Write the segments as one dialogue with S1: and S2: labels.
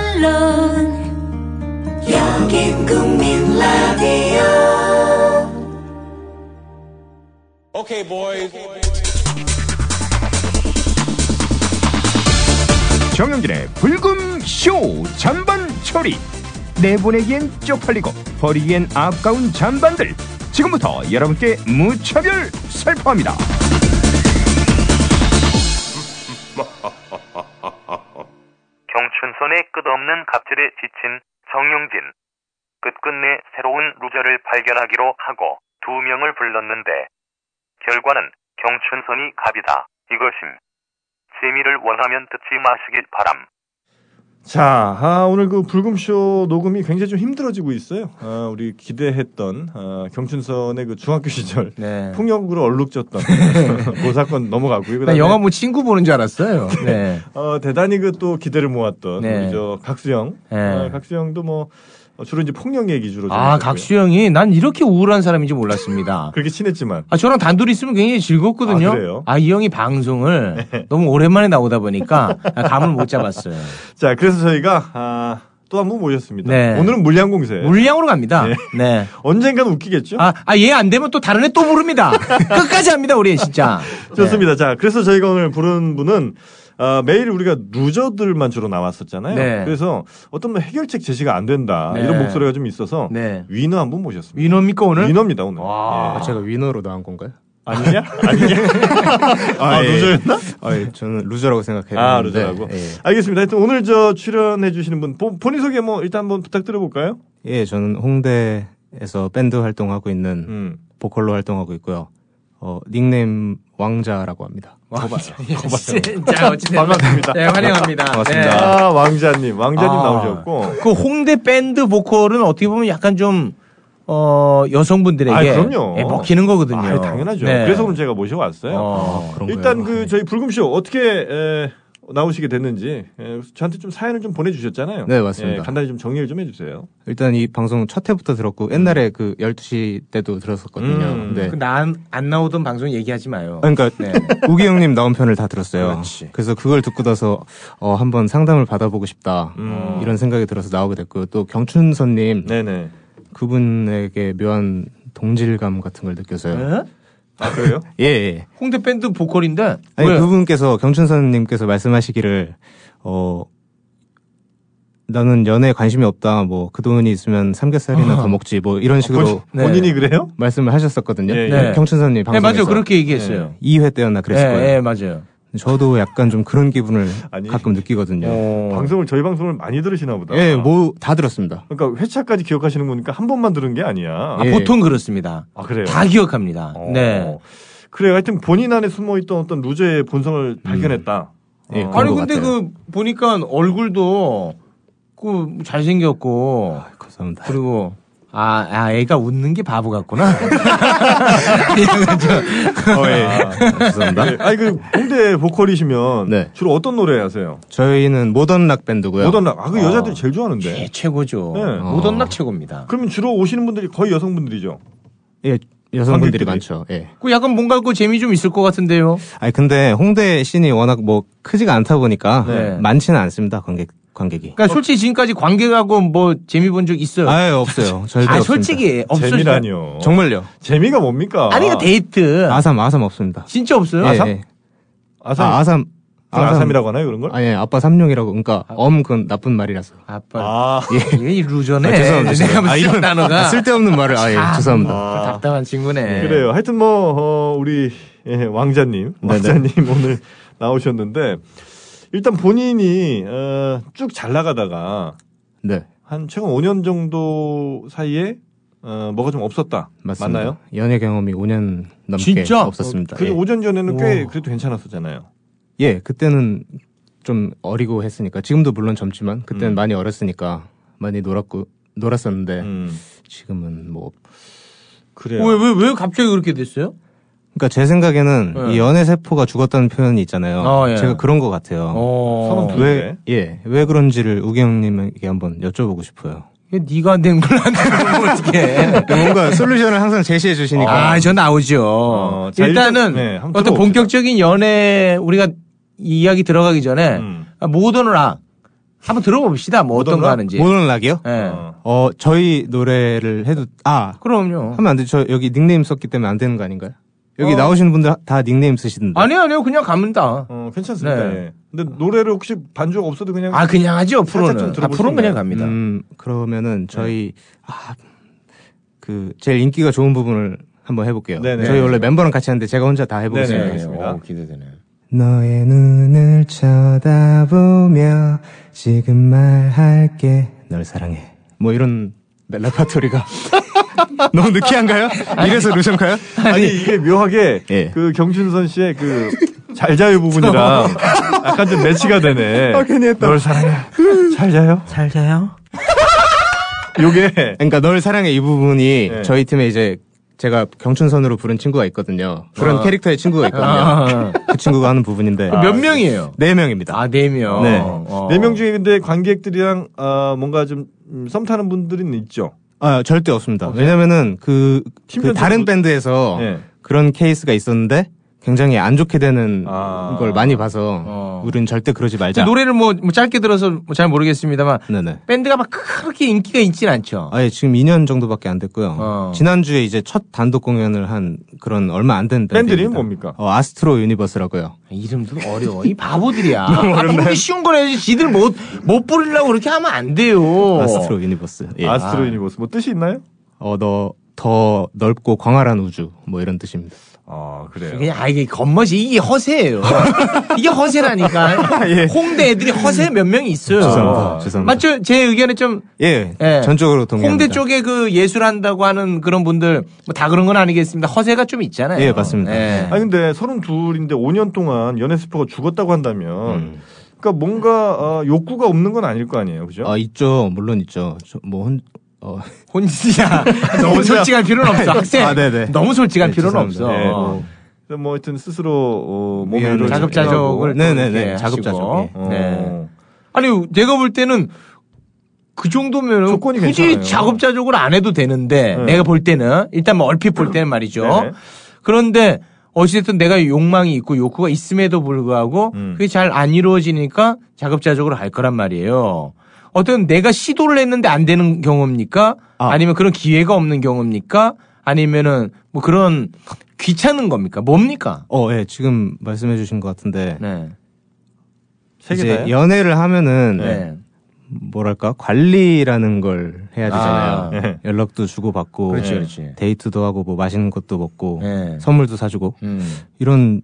S1: 물론
S2: 여긴 국민 라디오
S3: Okay, boys.
S4: 정영진의 불금 쇼 잔반 처리 내보내기엔 쪽팔리고 버리기엔 아까운 잔반들 지금부터 여러분께 무차별 살포합니다
S5: 경춘선의 끝없는 갑질에 지친 정용진. 끝끝내 새로운 루저를 발견하기로 하고 두 명을 불렀는데 결과는 경춘선이 갑이다. 이것임. 재미를 원하면 듣지 마시길 바람.
S6: 자, 아, 오늘 그 불금쇼 녹음이 굉장히 좀 힘들어지고 있어요. 아, 우리 기대했던 아, 경춘선의 그 중학교 시절
S7: 네.
S6: 폭력으로 얼룩졌던 그 사건 넘어가고요.
S7: 나
S6: 그다음에
S7: 영화 뭐 친구 보는 줄 알았어요. 네.
S6: 어, 대단히 그 또 기대를 모았던
S7: 네.
S6: 우리 저 각수형,
S7: 네.
S6: 아, 각수형도 뭐 어, 주로 이제 폭력 얘기 주로 좀
S7: 아,
S6: 했고요.
S7: 각수 형이 난 이렇게 우울한 사람인지 몰랐습니다.
S6: 그렇게 친했지만
S7: 아, 저랑 단둘이 있으면 굉장히 즐겁거든요.
S6: 아, 그래요? 네.
S7: 이 형이 방송을 너무 오랜만에 나오다 보니까 아, 감을 못 잡았어요.
S6: 자 그래서 저희가 아, 또 한 분 모셨습니다.
S7: 네.
S6: 오늘은 물량공세.
S7: 물량으로 갑니다.
S6: 네.
S7: 네.
S6: 언젠간 웃기겠죠?
S7: 아, 아, 얘 안 되면 또 다른 애 또 부릅니다. 끝까지 합니다, 우리 진짜.
S6: 좋습니다. 자, 그래서 저희가 오늘 부른 분은 아, 매일 우리가 루저들만 주로 나왔었잖아요.
S7: 네.
S6: 그래서 어떤 뭐 해결책 제시가 안 된다
S7: 네.
S6: 이런 목소리가 좀 있어서
S7: 네.
S6: 위너 한 분 모셨습니다.
S7: 위너입니까, 오늘?
S6: 위너입니다 오늘.
S7: 와.
S6: 예.
S8: 제가 위너로 나온 건가요?
S6: 아니냐? 아니냐? 아,
S8: 예.
S6: 루저였나?
S8: 아, 예, 저는 루저라고 생각해요.
S6: 아 루저라고.
S8: 예,
S6: 알겠습니다. 하여튼 오늘 저 출연해주시는 분 본- 본인 소개 뭐 일단 한번 부탁드려볼까요?
S8: 예, 저는 홍대에서 밴드 활동하고 있는
S6: 음.
S8: 보컬로 활동하고 있고요. 어, 닉네임 왕자라고 합니다.
S7: 와, 진짜 어찌됐든.
S6: 반갑습니다.
S7: 네, 환영합니다. 네.
S8: 반갑습니다.
S6: 아 왕자님, 왕자님
S7: 아.
S6: 나오셨고.
S7: 그 홍대 밴드 보컬은 어떻게 보면 약간 좀, 어, 여성분들에게
S6: 아, 그럼요.
S7: 예, 먹히는 거거든요.
S6: 아 당연하죠.
S7: 네.
S6: 그래서 오늘 제가 모셔왔어요.
S7: 어.
S8: 아, 그런
S6: 일단 그 저희 불금쇼 어떻게 에, 나오시게 됐는지 에, 저한테 좀 사연을 좀 보내주셨잖아요.
S8: 네, 맞습니다.
S6: 예, 간단히 좀 정리를 좀 해주세요.
S8: 일단 이 방송 첫 회부터 들었고 옛날에
S7: 음.
S8: 그 12시 때도 들었었거든요.
S6: 음.
S8: 네.
S7: 그 난, 안 나오던 방송 얘기하지 마요.
S8: 아, 그러니까
S7: 네.
S8: 우기 형님 나온 편을 다 들었어요.
S7: 그렇지.
S8: 래서 그걸 듣고 나서 어, 한번 상담을 받아보고 싶다
S7: 음.
S8: 이런 생각이 들어서 나오게 됐고요. 또 경춘선님
S6: 네네.
S8: 그분에게 묘한 동질감 같은 걸 느껴서요.
S7: 예?
S6: 아 그래요?
S8: 예, 예.
S7: 홍대 밴드 보컬인데
S8: 아니
S7: 왜?
S8: 그분께서 경춘선님께서 말씀하시기를 어 나는 연애에 관심이 없다. 뭐 그 돈이 있으면 삼겹살이나 더 먹지. 뭐 이런 식으로
S6: 아, 본,
S7: 아. 네.
S6: 본인이 그래요?
S8: 말씀을 하셨었거든요.
S6: 예, 예.
S7: 네.
S8: 경춘선님
S7: 예,
S8: 방송에서
S7: 맞아요. 그렇게 얘기했어요.
S8: 2회 때였나
S7: 예,
S8: 그랬을 거예요.
S7: 예, 어. 맞아요.
S8: 저도 약간 좀 그런 기분을
S6: 아니.
S8: 가끔 느끼거든요.
S7: 예.
S6: 방송을 저희 방송을 많이 들으시나 보다.
S8: 어. 예, 뭐 다 들었습니다.
S6: 그러니까 회차까지 기억하시는 거니까 한 번만 들은 게 아니야.
S7: 아,
S8: 예.
S7: 보통 그렇습니다.
S6: 아 그래요?
S7: 다 기억합니다.
S6: 어.
S7: 네.
S6: 그래요. 하여튼 본인 안에 숨어있던 어떤 루저의 본성을 발견했다.
S8: 예,
S6: 어.
S8: 그런
S7: 아니
S8: 것
S7: 근데
S8: 음. 같아요.
S7: 그 보니까 얼굴도 그 잘생겼고
S8: 감사합니다.
S7: 그리고 아, 아 애가 웃는 게 바보 같구나.
S6: 아,
S8: 감사합니다.
S6: 네. 아니 그 홍대 보컬이시면
S8: 네.
S6: 주로 어떤 노래 하세요?
S8: 저희는 모던 락 밴드고요.
S6: 모던 락. 아그
S7: 어.
S6: 여자들이 제일 좋아하는데.
S7: 예, 최고죠.
S6: 네.
S7: 모던 락 최고입니다.
S6: 그러면 주로 오시는 분들이 거의 여성분들이죠.
S8: 예, 여성분들이
S6: 관객들이.
S8: 많죠. 예.
S7: 그 약간 뭔가 그 재미 좀 있을 것 같은데요.
S8: 아니 근데 홍대 씬이 워낙 뭐 크지가 않다 보니까
S7: 네.
S8: 많지는 않습니다. 관객 관객이.
S7: 그러니까 솔직히 지금까지 관객하고 뭐 재미 본 적 있어요.
S8: 어. 아예 없어요. 절대
S7: 아,
S8: 없습니다.
S7: 솔직히 없어요.
S6: 재미라니요.
S8: 정말요.
S6: 재미가 뭡니까?
S7: 아니 그 데이트
S8: 아삼 아삼 없습니다.
S7: 진짜 없어요?
S8: 예,
S7: 아삼?
S8: 예.
S6: 아삼.
S8: 아, 아삼
S6: 그걸 아삼이라고 하나요 그런 걸?
S8: 아니 아빠 삼룡이라고. 그러니까 엄 그건 나쁜 말이라서.
S7: 아빠 예,
S6: 아,
S7: 이게 이 루저네.
S8: 아, 죄송합니다.
S7: 내가 무슨
S8: 아, 이런-
S7: 단어가
S8: 아, 쓸데없는 말을 아예
S7: 참.
S8: 그 죄송합니다.
S7: 답답한 친구네.
S6: 그래요. 하여튼 뭐 어, 우리 예, 왕자님, 왕자님 오늘 나오셨는데 일단 본인이 어, 쭉 잘 나가다가
S8: 네.
S6: 한 최근 5년 정도 사이에 어, 뭐가 좀 없었다.
S8: 맞습니다.
S6: 나요
S8: 연애 경험이 5년 넘게
S7: 진짜?
S8: 없었습니다.
S6: 그
S8: 예.
S6: 5년 전에는 꽤
S7: 우와.
S6: 그래도 괜찮았었잖아요.
S8: 예, 그때는 좀 어리고 했으니까 지금도 물론 젊지만 그때는
S6: 음.
S8: 많이 어렸으니까 많이 놀았고 놀았었는데
S6: 음,
S8: 지금은 뭐 예.
S6: 그래요.
S7: 어, 왜왜 왜 갑자기 그렇게 됐어요?
S8: 그러니까 제 생각에는
S7: 예.
S6: 네.
S8: 이 연애 세포가 죽었다는 표현이 있잖아요.
S7: 어, 예.
S8: 제가 그런 것 같아요.
S7: 어.
S6: 서른
S8: 왜 예, 왜 그런지를 우기 형님에게 한번 여쭤보고 싶어요.
S7: 이게 네가 낸 걸 안 되면 어떻게?
S8: 뭔가 솔루션을 항상 제시해 주시니까
S7: 아, 저 나오죠.
S6: 그러니까. 어, 자,
S7: 일단은
S6: 일단- 네, 한번
S7: 어떤
S6: 들어봅시다.
S7: 본격적인 연애 우리가 이야기 들어가기 전에
S6: 음.
S7: 아, 모던 락 한번 들어봅시다. 뭐 어떤 거 하는지.
S8: 모르는 락이요?
S6: 네.
S7: 예.
S8: 어 저희 노래를 해도 아
S7: 그럼요.
S8: 하면 안 되죠. 저 여기 닉네임 썼기 때문에 안 되는 거 아닌가요? 여기
S7: 어.
S8: 나오시는 분들 다 닉네임 쓰시던데.
S7: 아니요, 아니요. 그냥 갑니다.
S6: 어, 괜찮습니다.
S7: 네.
S6: 예. 근데 노래를 혹시 반주가 없어도 그냥
S7: 아, 그냥 하죠.
S6: 살짝
S7: 프로는.
S6: 좀
S7: 아, 프로는
S6: 들어보시면
S7: 그냥 갑니다.
S8: 음, 그러면은 저희 아, 그 제일 인기가 좋은 부분을 한번 해볼게요.
S6: 네네.
S8: 저희 원래 멤버랑 같이 하는데 제가 혼자 다 해보겠습니다.
S6: 네네. 알겠습니다.
S7: 오, 기대되네.
S8: 너의 눈을 쳐다보며 지금 말할게 널 사랑해. 뭐 이런 레파토리가 너무 느끼한가요? 이래서 루션가요?
S6: 아니 이게 묘하게
S8: 예.
S6: 그 경춘선 씨의 그
S8: 네.
S6: 잘자요 부분이랑 약간 좀 매치가 되네.
S8: 아, 괜히 했다.
S6: 널 사랑해. 잘자요?
S7: 잘 자요?
S6: 요게
S8: 그러니까 널 사랑해 이 부분이
S6: 예.
S8: 저희 팀에 이제 제가 경춘선으로 부른 친구가 있거든요. 그런
S7: 아.
S8: 캐릭터의 친구가 있거든요.
S7: 아,
S8: 그 친구가 하는 부분인데
S7: 몇 명이에요?
S8: 네 명입니다.
S7: 아, 네 명.
S8: 네.
S7: 어.
S6: 아, 네 명 중에 근데 관객들이랑 아, 뭔가 좀 썸 타는 분들은 있죠.
S8: 아, 절대 없습니다. 왜냐면은 그,
S6: 팀
S8: 그
S6: 편집도-
S8: 다른 밴드에서
S6: 예.
S8: 그런 케이스가 있었는데 굉장히 안 좋게 되는
S6: 아.
S8: 걸 많이 봐서
S7: 어.
S8: 우린 절대 그러지
S7: 그
S8: 말자.
S7: 노래를 뭐, 뭐 짧게 들어서 뭐잘 모르겠습니다만
S8: 네네.
S7: 밴드가 막 그렇게 인기가 있진 않죠.
S8: 아예 지금 2년 정도밖에 안 됐고요.
S7: 어.
S8: 지난주에 이제 첫 단독 공연을 한 그런 얼마 안 된 밴드.
S6: 밴드는 뭡니까?
S8: 어, 아스트로 유니버스라고요.
S7: 이름도 어려워. 이 바보들이야. 바보들이 쉬운 거래야지. 지들 못, 못 부리려고 그렇게 하면 안 돼요.
S8: 아스트로 유니버스. 예.
S6: 아스트로 유니버스 뭐 뜻이 있나요?
S8: 어, 너, 더 넓고 광활한 우주. 뭐 이런 뜻입니다.
S6: 아 그래요.
S7: 그냥 아 이게 겉멋이 이게 허세예요. 이게 허세라니까.
S8: 예.
S7: 홍대 애들이 허세 몇 명이 있어요.
S8: 죄송합니다. 죄송합니다.
S7: 아, 맞죠? 제 의견에 좀
S8: 예.
S7: 예.
S8: 전적으로 동의합니다.
S7: 홍대 쪽에 그 예술한다고 하는 그런 분들 뭐 다 그런 건 아니겠습니다. 허세가 좀 있잖아요.
S8: 예, 맞습니다.
S7: 예.
S6: 아니 근데 서른 둘인데 5년 동안 연애 스포가 죽었다고 한다면,
S8: 음.
S6: 그러니까 뭔가 어, 욕구가 없는 건 아닐 거 아니에요, 그죠?
S8: 아, 있죠. 물론 있죠. 저, 뭐, 혼, 어,
S7: 혼자 너무 솔직할 필요는 없어. 학생
S8: 아, 네네.
S7: 너무 솔직할
S8: 네,
S7: 필요는
S8: 죄송합니다.
S7: 없어.
S6: 예. 그래서 뭐 하여튼 스스로 어,
S8: 예,
S6: 몸을
S7: 자급자족을 또
S8: 네네네.
S7: 이렇게
S8: 자급자족,
S7: 하시고.
S8: 예.
S6: 어.
S7: 네. 아니 제가 볼 때는 그 정도면
S6: 조건이
S7: 굳이
S6: 괜찮아요.
S7: 작업자족을 안 해도 되는데
S6: 네.
S7: 내가 볼 때는 일단 뭐 얼핏 볼 때는 말이죠.
S6: 네네.
S7: 그런데 어찌됐든 내가 욕망이 있고 욕구가 있음에도 불구하고
S6: 음.
S7: 그게 잘 안 이루어지니까 작업자족으로 할 거란 말이에요. 어떤 내가 시도를 했는데 안 되는 경우입니까?
S8: 아.
S7: 아. 니면 그런 기회가 없는 경우입니까? 아니면은 뭐 그런 귀찮은 겁니까? 뭡니까?
S8: 어, 예, 지금 말씀해 주신 것 같은데.
S7: 네.
S6: 세계
S8: 이제
S6: 다요?
S8: 연애를 하면은
S7: 네.
S8: 뭐랄까 관리라는 걸 해야
S7: 아.
S8: 되잖아요.
S6: 네.
S8: 연락도 주고 받고,
S7: 그렇지,
S6: 네.
S7: 그렇지.
S8: 데이트도 하고 뭐 맛있는 것도 먹고,
S7: 네.
S8: 선물도 사주고
S7: 음.
S8: 이런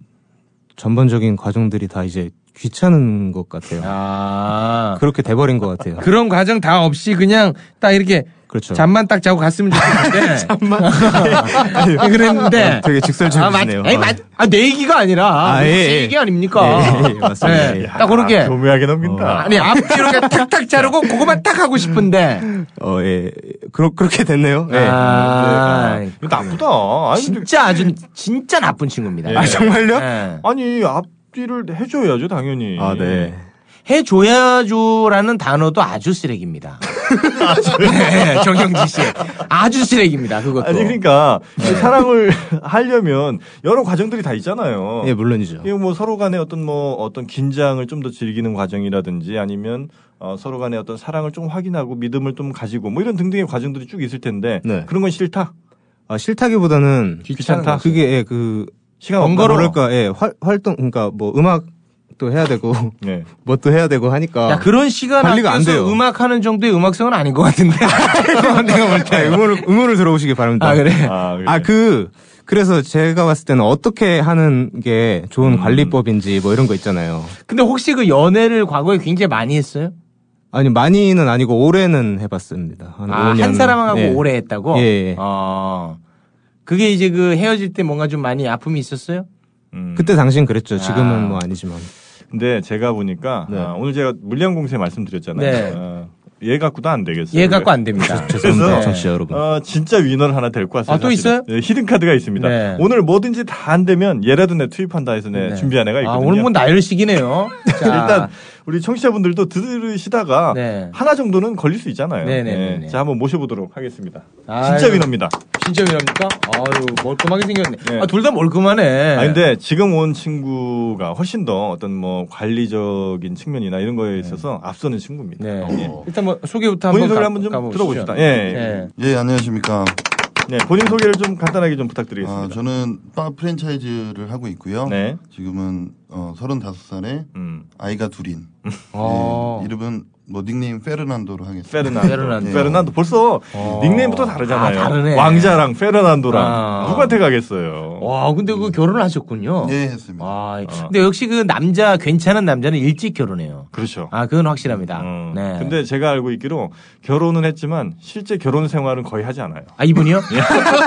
S8: 전반적인 과정들이 다 이제 귀찮은 것 같아요.
S7: 아.
S8: 그렇게 돼버린 것 같아요.
S7: 그런 과정 다 없이 그냥 딱 이렇게
S8: 그렇죠. 네.
S7: 잠만 딱 자고 갔으면 좋겠는데. 잠만. 그랬는데.
S8: 아, 되게 직설적이시네요.
S7: 아, 맞, 아, 내 얘기가 아니라.
S8: 아,
S7: 제
S8: 예, 예.
S7: 얘기 아닙니까?
S8: 예, 예, 맞습니다. 예.
S7: 딱 그렇게.
S6: 아, 교묘하게 넘긴다.
S7: 아니, 앞뒤로 이렇게 탁탁 자르고 그거만 딱 하고 싶은데.
S8: 어, 예, 그러, 그렇게 됐네요. 예.
S7: 아,
S6: 이거 나쁘다. 아니, 근데-
S7: 진짜 아주, 진짜 나쁜 친구입니다.
S8: 아, 정말요?
S7: 예.
S6: 아니 앞뒤를 해줘야죠 당연히.
S8: 아, 네.
S7: 해줘야죠라는 단어도 아주 쓰레기입니다.
S8: 아,
S7: 네, 정영지 씨. 아주 쓰레기입니다, 그것도.
S6: 아니 그러니까 사랑을 하려면 여러 과정들이 다 있잖아요.
S8: 예, 물론이죠.
S6: 이거 뭐 서로 간의 어떤 뭐 어떤 긴장을 좀 더 즐기는 과정이라든지 아니면 어, 서로 간의 어떤 사랑을 좀 확인하고 믿음을 좀 가지고 뭐 이런 등등의 과정들이 쭉 있을 텐데
S8: 네.
S6: 그런 건 싫다.
S8: 아, 싫다기보다는
S6: 귀찮다.
S8: 그게 예, 그
S6: 시간
S7: 번거로워.
S8: 뭐랄까 예 활, 활동 그러니까 뭐 음악도 해야 되고
S6: 네.
S8: 뭣도 해야 되고
S6: 아,
S8: 하니까
S7: 야, 그런 시간
S8: 관리가 안
S7: 아껴서
S8: 돼요.
S7: 음악하는 정도의 음악성은 아닌 것 같은데. 내가 볼
S8: 아,
S7: 때.
S8: 응원을 응원을 들어보시기 바랍니다.
S7: 아, 그래?
S6: 아, 그래.
S8: 아, 그 그래서 제가 봤을 때는 어떻게 하는 게 좋은 관리법인지 뭐 이런 거 있잖아요.
S7: 근데 혹시 그 연애를 과거에 굉장히 많이 했어요?
S8: 아니 많이는 아니고 올해는 해봤습니다. 한,
S7: 아,
S8: 5년.
S7: 한 사람하고
S8: 예.
S7: 오래 했다고?
S8: 예, 예.
S6: 아,
S7: 어. 그게 이제 그 헤어질 때 뭔가 좀 많이 아픔이 있었어요?
S6: 음.
S8: 그때 당신 그랬죠. 지금은
S7: 아.
S8: 뭐 아니지만.
S6: 근데 제가 보니까
S8: 네.
S6: 아, 오늘 제가 물량 공세 말씀드렸잖아요.
S7: 네.
S6: 아, 얘 갖고도 안 되겠어요.
S7: 얘 갖고 안 네. 됩니다.
S8: 죄송합니다,
S6: 그래서-
S8: 청취자 네, 여러분.
S6: 어, 진짜 위너를 하나 데리고 왔어요.
S7: 아, 또
S6: 사실은. 예, 히든 카드가 있습니다.
S7: 네.
S6: 오늘 뭐든지 다 안 되면 얘라도 내 투입한다 해서 내
S7: 네.
S6: 준비한 애가
S7: 아,
S6: 있거든요. 그러니까
S7: 오늘 뭐 나열식이네요. 자,
S6: 일단 우리 청취자분들도 들으시다가
S7: 네.
S6: 하나 정도는 걸릴 수 있잖아요. 예,
S7: 네네네네.
S6: 자, 한번 모셔보도록 하겠습니다.
S7: 아유.
S6: 진짜 위너입니다.
S7: 진짜 이랍니까? 아유, 멀끔하게 생겼네.
S6: 네.
S7: 아, 둘 다 멀끔하네.
S6: 아 근데 지금 온 친구가 훨씬 더 어떤 뭐 관리적인 측면이나 이런 거에 있어서 앞서는 친구입니다.
S7: 네.
S6: 예.
S7: 일단 뭐 소개부터
S6: 본인
S7: 한번
S6: 소개
S7: 가-
S6: 한번 좀
S7: 가보시죠.
S6: 들어봅시다. 예.
S7: 네.
S1: 예, 안녕하십니까.
S6: 네, 본인 소개를 좀 간단하게 좀
S1: 아,
S6: 부탁드리겠습니다.
S1: 저는 바 프랜차이즈를 하고 있고요.
S6: 네.
S1: 지금은 어, 35살에
S6: 음.
S1: 아이가 둘인.
S7: 어.
S1: 예, 이름은 뭐 닉네임 페르난도로 하겠습니다.
S6: 페르난도.
S7: 페르난도.
S6: 페르난도. 벌써
S7: 어.
S6: 닉네임부터 다르잖아요.
S7: 아, 다르네.
S6: 왕자랑 페르난도랑
S7: 아.
S6: 누구한테 가겠어요.
S7: 와, 근데 그 결혼을 하셨군요.
S1: 예, 했습니다.
S7: 아, 근데 역시 그 남자 괜찮은 남자는 일찍 결혼해요.
S6: 그렇죠.
S7: 아, 그건 확실합니다.
S6: 어.
S7: 네.
S6: 근데 제가 알고 있기로 결혼은 했지만 실제 결혼 생활은 거의 하지 않아요.
S7: 아, 이분이요?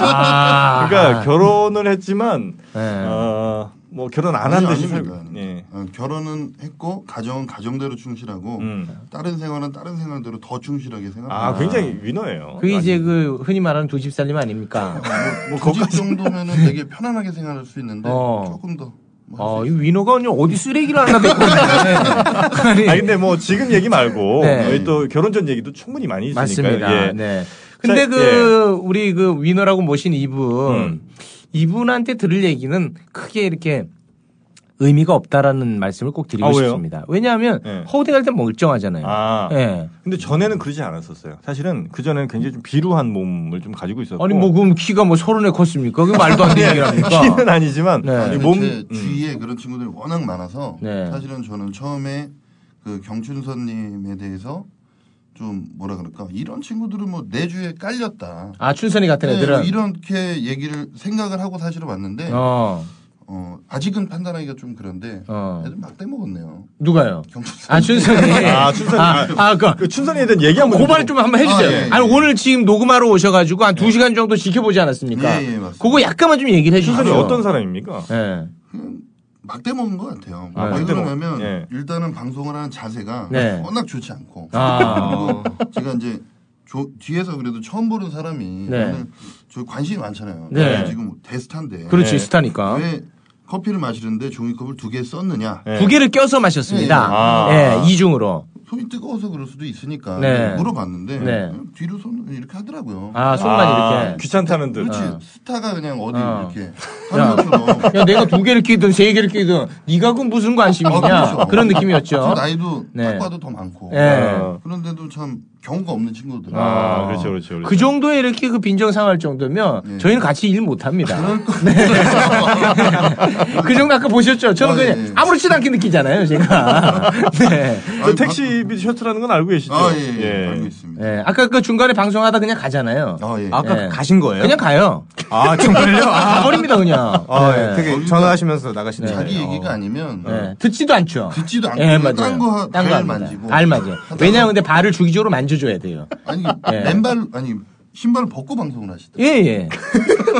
S7: 아.
S6: 예. 그러니까 결혼을 했지만
S7: 네.
S6: 어, 뭐 결혼 안 한
S1: 아니,
S6: 듯이
S1: 아닙니다.
S6: 살고. 예.
S1: 어, 결혼은 했고 가정은 가정대로 충실하고
S6: 음.
S1: 다른 생활은 다른 생활대로 더 충실하게 생활합니다.
S6: 아, 굉장히 위너예요.
S7: 그게 이제 그 흔히 말하는 두 집살림 아닙니까?
S6: 네.
S1: 뭐 거기 정도면은 되게 편안하게 생활할 수 있는데
S7: 어.
S1: 조금 더. 뭐
S7: 어, 이 위너가 오늘 어디 쓰레기를 하나 데리고 오네.
S6: 아 근데 뭐 지금 얘기 말고
S7: 네.
S6: 저희 또 결혼 전 얘기도 충분히 많이 있으니까
S7: 맞습니다.
S6: 예.
S7: 네. 근데
S6: 자, 예.
S7: 그 우리 그 위너라고 모신 이분
S6: 음.
S7: 이분한테 들을 얘기는 크게 이렇게 의미가 없다라는 말씀을 꼭 드리고
S6: 아, 왜요?
S7: 싶습니다. 왜냐하면
S6: 네.
S7: 허우대할 때 멀쩡하잖아요.
S6: 아
S7: 예.
S6: 근데 전에는 그러지 않았었어요. 사실은 그 전에는 굉장히 좀 비루한 몸을 좀 가지고 있었고
S7: 아니 뭐 그럼 키가 뭐 서른에 컸습니까? 그게 말도 안 되는 얘기랍니까?
S6: 네. 키는 아니지만
S7: 네.
S1: 사실
S6: 이 몸.
S1: 제
S6: 음.
S1: 주위에 그런 친구들이 워낙 많아서
S7: 네.
S1: 사실은 저는 처음에 그 경춘선님에 대해서 좀 뭐라 그럴까 이런 친구들은 뭐 내주에 깔렸다.
S7: 아 춘선이 같은
S1: 네,
S6: 뭐
S7: 애들은.
S1: 이렇게 얘기를 생각을 하고 사실은 왔는데 어.
S7: 어.
S1: 아직은 판단하기가 좀 그런데
S7: 어.
S1: 애들 막 떼먹었네요.
S7: 누가요?
S1: 경춘선.
S7: 아 춘선이.
S6: 아, 춘선이.
S7: 아, 아, 그.
S6: 그 춘선이에 대한 얘기 한번
S7: 고발 좀 한번 해주세요. 아,
S1: 아, 예, 예.
S7: 니 오늘 지금 녹음하러 오셔가지고 한 두
S6: 네.
S7: 시간 정도 지켜보지 않았습니까?
S1: 예, 예, 맞습니다.
S7: 그거 약간만 좀 얘기를 해주세요.
S6: 춘선이 어떤 사람입니까?
S7: 예.
S1: 막 떼먹은 것 같아요.
S6: 아,
S1: 왜
S6: 막 떼먹-
S1: 그러냐면
S6: 예.
S1: 일단은 방송을 하는 자세가
S7: 네.
S1: 워낙 좋지 않고
S7: 아.
S1: 그리고 어, 제가 이제 조- 뒤에서 그래도 처음 보는 사람이
S7: 네.
S1: 오늘 저 관심이 많잖아요.
S7: 네. 그렇죠.
S1: 제가 지금 뭐 대스타인데
S7: 그렇지
S6: 네.
S7: 스타니까.
S1: 왜 커피를 마시는데 종이컵을 두 개 썼느냐?
S6: 예.
S7: 두 개를 껴서 마셨습니다.
S6: 예, 예. 아.
S7: 예, 이중으로.
S1: 손이 뜨거워서 그럴 수도 있으니까
S7: 네.
S1: 물어봤는데
S7: 네.
S1: 그냥 뒤로 손을 이렇게 하더라고요.
S7: 아, 손만
S6: 아,
S7: 이렇게.
S6: 귀찮다는 듯.
S1: 그렇지
S7: 어.
S1: 스타가 그냥 어디
S7: 어.
S1: 이렇게 하는 것처럼
S7: 야, 그렇죠. 내가 두 개를 끼든 세 개를 끼든 네가 그 무슨
S6: 아,
S1: 어,
S7: 관심이냐
S1: 그렇죠.
S7: 그런
S1: 저
S7: 느낌이었죠.
S1: 나이도
S7: 네.
S1: 딱 봐도 더 많고
S7: 예.
S6: 어.
S1: 그런데도 참 경우가 없는 친구들.
S6: 아, 그렇죠, 그렇죠, 그렇죠.
S7: 그 정도에 이렇게 그 빈정상할 정도면
S1: 예.
S7: 저희는 같이 일 못합니다. 네. 그 정도 아까 보셨죠? 저는
S1: 아,
S7: 그냥
S1: 예, 예.
S7: 아무렇지도 않게 느끼잖아요, 제가. 네.
S6: 저 택시비 셔츠라는 건 알고 계시죠?
S1: 아, 예, 예, 알고 있습니다.
S7: 예, 아까 그 중간에 방송하다 그냥 가잖아요.
S1: 아, 예.
S8: 아까
S7: 예.
S8: 가신 거예요?
S7: 그냥 가요.
S8: 아 정말요? 아,
S7: 가버립니다, 그냥.
S8: 아, 예.
S7: 예.
S8: 되게 전화하시면서 나가시는
S1: 자기
S8: 거예요.
S1: 얘기가 아니면
S7: 예, 듣지도 않죠.
S1: 네. 듣지도 않고
S7: 예,
S1: 그냥
S7: 맞아요.
S1: 딴거 하-
S7: 딴거
S1: 발
S7: 합니다.
S1: 만지고.
S7: 발 만져. 왜냐하면 근데 발을 주기적으로 만져줘야 돼요.
S1: 아니
S7: 예.
S1: 맨발 아니 신발을 벗고 방송을 하시더라고요.
S7: 예, 예.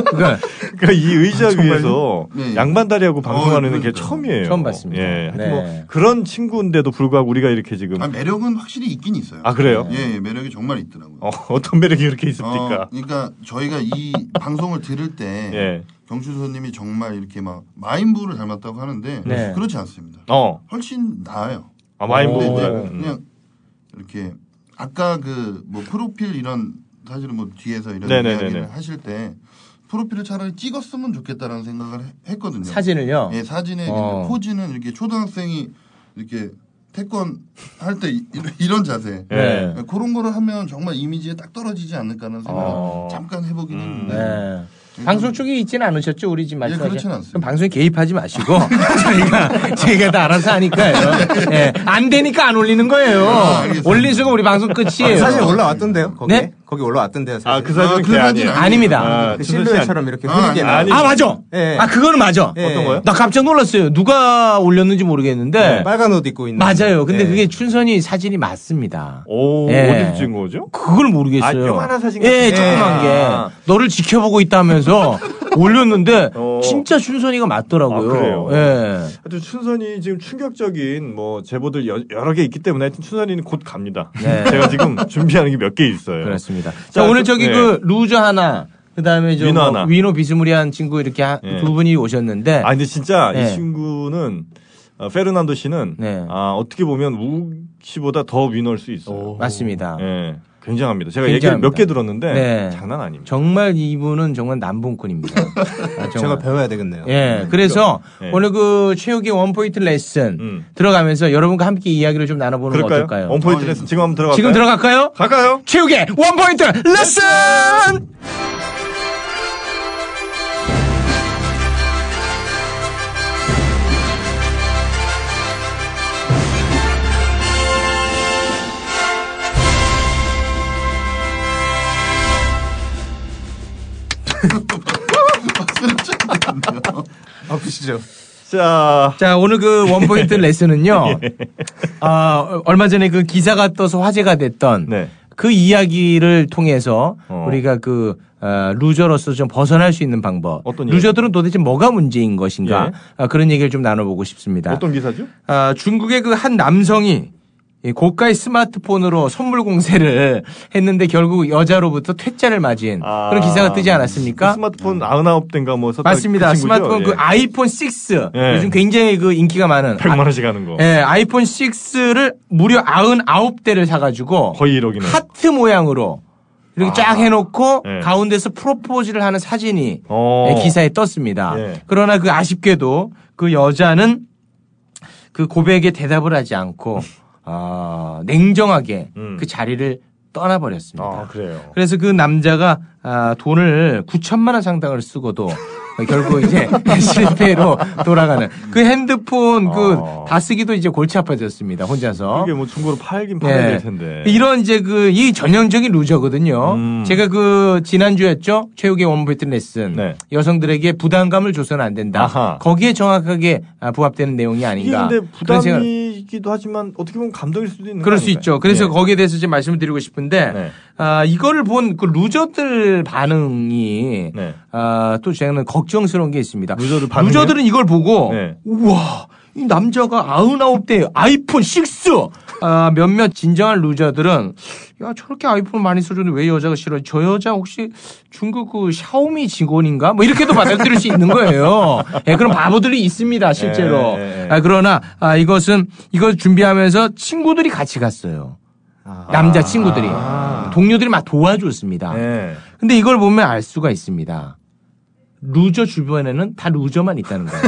S7: 그러니까
S6: 그러니까 이 의자 위에서
S1: 네.
S6: 양반다리하고 방송하는
S1: 어,
S6: 게
S1: 그러니까.
S6: 처음이에요.
S7: 처음 봤습니다.
S6: 예. 하여튼
S7: 네.
S6: 뭐 그런 친구인데도 불구하고 우리가 이렇게 지금
S1: 아, 매력은 확실히 있긴 있어요.
S6: 아, 그래요?
S1: 예, 예, 매력이 정말 있더라고요.
S6: 어, 어떤 매력이 이렇게 있습니까?
S1: 어, 그러니까 저희가 이 방송을 들을 때
S6: 예.
S1: 경춘선님이 정말 이렇게 막 마인부를 닮았다고 하는데
S7: 네.
S1: 그렇지 않습니다.
S6: 어,
S1: 훨씬 나아요.
S6: 아,
S1: 근데 이제
S7: 오.
S6: 마인드.
S1: 그냥 이렇게 아까 그 뭐 프로필 이런 사실은 뭐 뒤에서 이런
S6: 네네네네.
S1: 이야기를 하실 때 프로필을 차라리 찍었으면 좋겠다라는 생각을 해- 했거든요.
S7: 사진을요.
S1: 예, 사진에
S7: 어.
S1: 이제 포즈는 이렇게 초등학생이 이렇게 태권 할 때 이런 자세.
S6: 예.
S1: 예, 그런 거를 하면 정말 이미지에 딱 떨어지지 않을까라는 생각을
S6: 어.
S1: 잠깐 해보긴 했는데.
S7: 예. 방송 쪽에 있지는 않으셨죠? 우리 지금 말씀하신.
S1: 예, 그렇진 않습니다.
S7: 그럼 방송에 개입하지 마시고 저희가 저희가 다 알아서 하니까요. 예. 안 되니까 안 올리는 거예요.
S1: 아, 알겠습니다.
S7: 올린 순간 우리 방송 끝이에요.
S8: 그 사실 올라왔던데요. 거기
S7: 네?
S8: 거기 올라왔던데요. 사실.
S6: 아, 그 사진은
S1: 아,
S6: 걔
S1: 그
S6: 아니에요.
S1: 사진은
S7: 아닙니다.
S6: 아,
S8: 그
S6: 춘선 씨
S8: 실루엣처럼 이렇게
S1: 아,
S8: 흐리게
S1: 아니,
S8: 나는
S7: 아 맞아.
S8: 예.
S7: 아 그거는 맞아.
S8: 예.
S6: 어떤 거요?
S7: 나 깜짝 놀랐어요. 누가 올렸는지 모르겠는데
S1: 네.
S8: 빨간 옷 입고 있는
S7: 맞아요. 근데
S8: 예.
S7: 그게 춘선이 사진이 맞습니다.
S6: 오,
S7: 예.
S6: 어디서 찍은 거죠?
S7: 그걸 모르겠어요.
S6: 아, 요만한 사진 같은
S7: 예,
S6: 거.
S7: 조그만
S6: 예. 아.
S7: 게. 너를 지켜보고 있다면서 올렸는데
S6: 어.
S7: 진짜 춘선이가 맞더라고요.
S6: 아, 그래요?
S7: 예.
S6: 하여튼 춘선이 지금 충격적인 뭐 제보들 여, 여러 개 있기 때문에 하여튼 춘선이는 곧 갑니다.
S7: 네.
S6: 제가 지금 준비하는 게 몇 개 있어요.
S7: 그렇습니다. 그렇죠. 자,
S6: 자,
S7: 오늘
S6: 저-
S7: 저기
S6: 네.
S7: 그 루저 하나 그다음에 저
S6: 위너
S7: 뭐
S6: 하나.
S7: 위노 비스무리한 친구 이렇게 한-
S6: 예.
S7: 두 분이 오셨는데
S6: 아 근데 진짜
S7: 예.
S6: 이 친구는 어, 페르난도 씨는
S7: 네.
S6: 아, 어떻게 보면 우욱 씨보다 더 위너일 수 있어요.
S7: 맞습니다.
S6: 예. 굉장합니다. 제가 얘기를
S7: 굉장합니다.
S6: 몇 개 들었는데
S7: 네.
S6: 장난 아닙니다.
S7: 정말 이분은 정말 남봉꾼입니다. 아, 정말.
S8: 제가 배워야 되겠네요.
S7: 예, 그래서
S6: 네.
S7: 오늘 그 체육의 원포인트 레슨
S6: 음.
S7: 들어가면서 여러분과 함께 이야기를 좀 나눠보는 거
S6: 그럴까요?
S7: 어떨까요?
S6: 원포인트 레슨 지금 한번 들어갈까요?
S7: 지금 들어갈까요?
S6: 갈까요?
S7: 체육의 원포인트 레슨!
S8: 아프시죠?
S6: 자,
S7: 자, 오늘 그 원포인트 레슨은요, 아, 얼마 전에 그 기사가 떠서 화제가 됐던
S6: 네.
S7: 그 이야기를 통해서
S6: 어.
S7: 우리가 그 어, 루저로서 좀 벗어날 수 있는 방법.
S6: 어떤 이야기?
S7: 루저들은 도대체 뭐가 문제인 것인가?
S6: 예.
S7: 아, 그런 얘기를 좀 나눠보고 싶습니다.
S6: 어떤 기사죠?
S7: 아, 중국의 그 한 남성이 이 고가의 스마트폰으로 선물 공세를 했는데 결국 여자로부터 퇴짜를 맞이한
S6: 아,
S7: 그런 기사가 뜨지
S6: 그
S7: 않았습니까?
S6: 스마트폰 99대인가 뭐 썼다.
S7: 맞습니다.
S6: 그 친구죠?
S7: 스마트폰 그
S6: 예.
S7: 아이폰 6
S6: 예.
S7: 요즘 굉장히 그 인기가 많은
S6: 100만 원씩 하는 거.
S7: 예, 아이폰 6를 무려 99대를 사가지고
S6: 거의 1억이네.
S7: 하트 모양으로 이렇게 쫙 해놓고
S6: 예.
S7: 가운데서 프로포즈를 하는 사진이
S6: 어.
S7: 예, 기사에 떴습니다.
S6: 예.
S7: 그러나 그 아쉽게도 그 여자는 그 고백에 대답을 하지 않고 아, 냉정하게
S6: 음.
S7: 그 자리를 떠나버렸습니다.
S6: 아, 그래요.
S7: 그래서 그 남자가 아, 돈을 9천만 원 상당을 쓰고도 결국 이제 실패로 돌아가는 그 핸드폰 그
S6: 어.
S7: 다 쓰기도 이제 골치 아파졌습니다 혼자서.
S6: 이게 뭐 중고로 팔긴
S7: 예.
S6: 팔아야 될 텐데.
S7: 이런 이제 그 이 전형적인 루저거든요.
S6: 음.
S7: 제가 그 지난주였죠. 체육의 원포인트 레슨.
S6: 네.
S7: 여성들에게 부담감을 줘서는 안 된다.
S6: 아하.
S7: 거기에 정확하게 아, 부합되는 내용이
S6: 이게
S7: 아닌가.
S6: 근데
S7: 그런 생각-
S6: 부담이기도 하지만 어떻게 보면 감동일 수도 있는
S7: 그럴
S6: 거
S7: 수
S6: 아닌가요?
S7: 있죠. 그래서
S6: 예.
S7: 거기에 대해서 지금 말씀을 드리고 싶은데
S6: 네.
S7: 아, 이거를 본 그 루저들 반응이
S6: 네.
S7: 아, 또 저는 걱정스러운 게 있습니다.
S6: 루저들 반응이요?
S7: 은 이걸 보고
S6: 네.
S7: 우와 이 남자가 99대 아이폰 6 아, 몇몇 진정한 루저들은 야 저렇게 아이폰 많이 쓰는데 왜 여자가 싫어? 저 여자 혹시 중국 그 샤오미 직원인가? 뭐 이렇게도 받아들일 수 있는 거예요. 예, 그런 바보들이 있습니다 실제로.
S6: 예, 예, 예.
S7: 아, 그러나 아, 이것은 이걸 준비하면서 친구들이 같이 갔어요. 남자 친구들이 동료들이 막 도와줬습니다.
S6: 아. 예.
S7: 근데 이걸 보면 알 수가 있습니다. 루저 주변에는 다 루저만 있다는 거예요.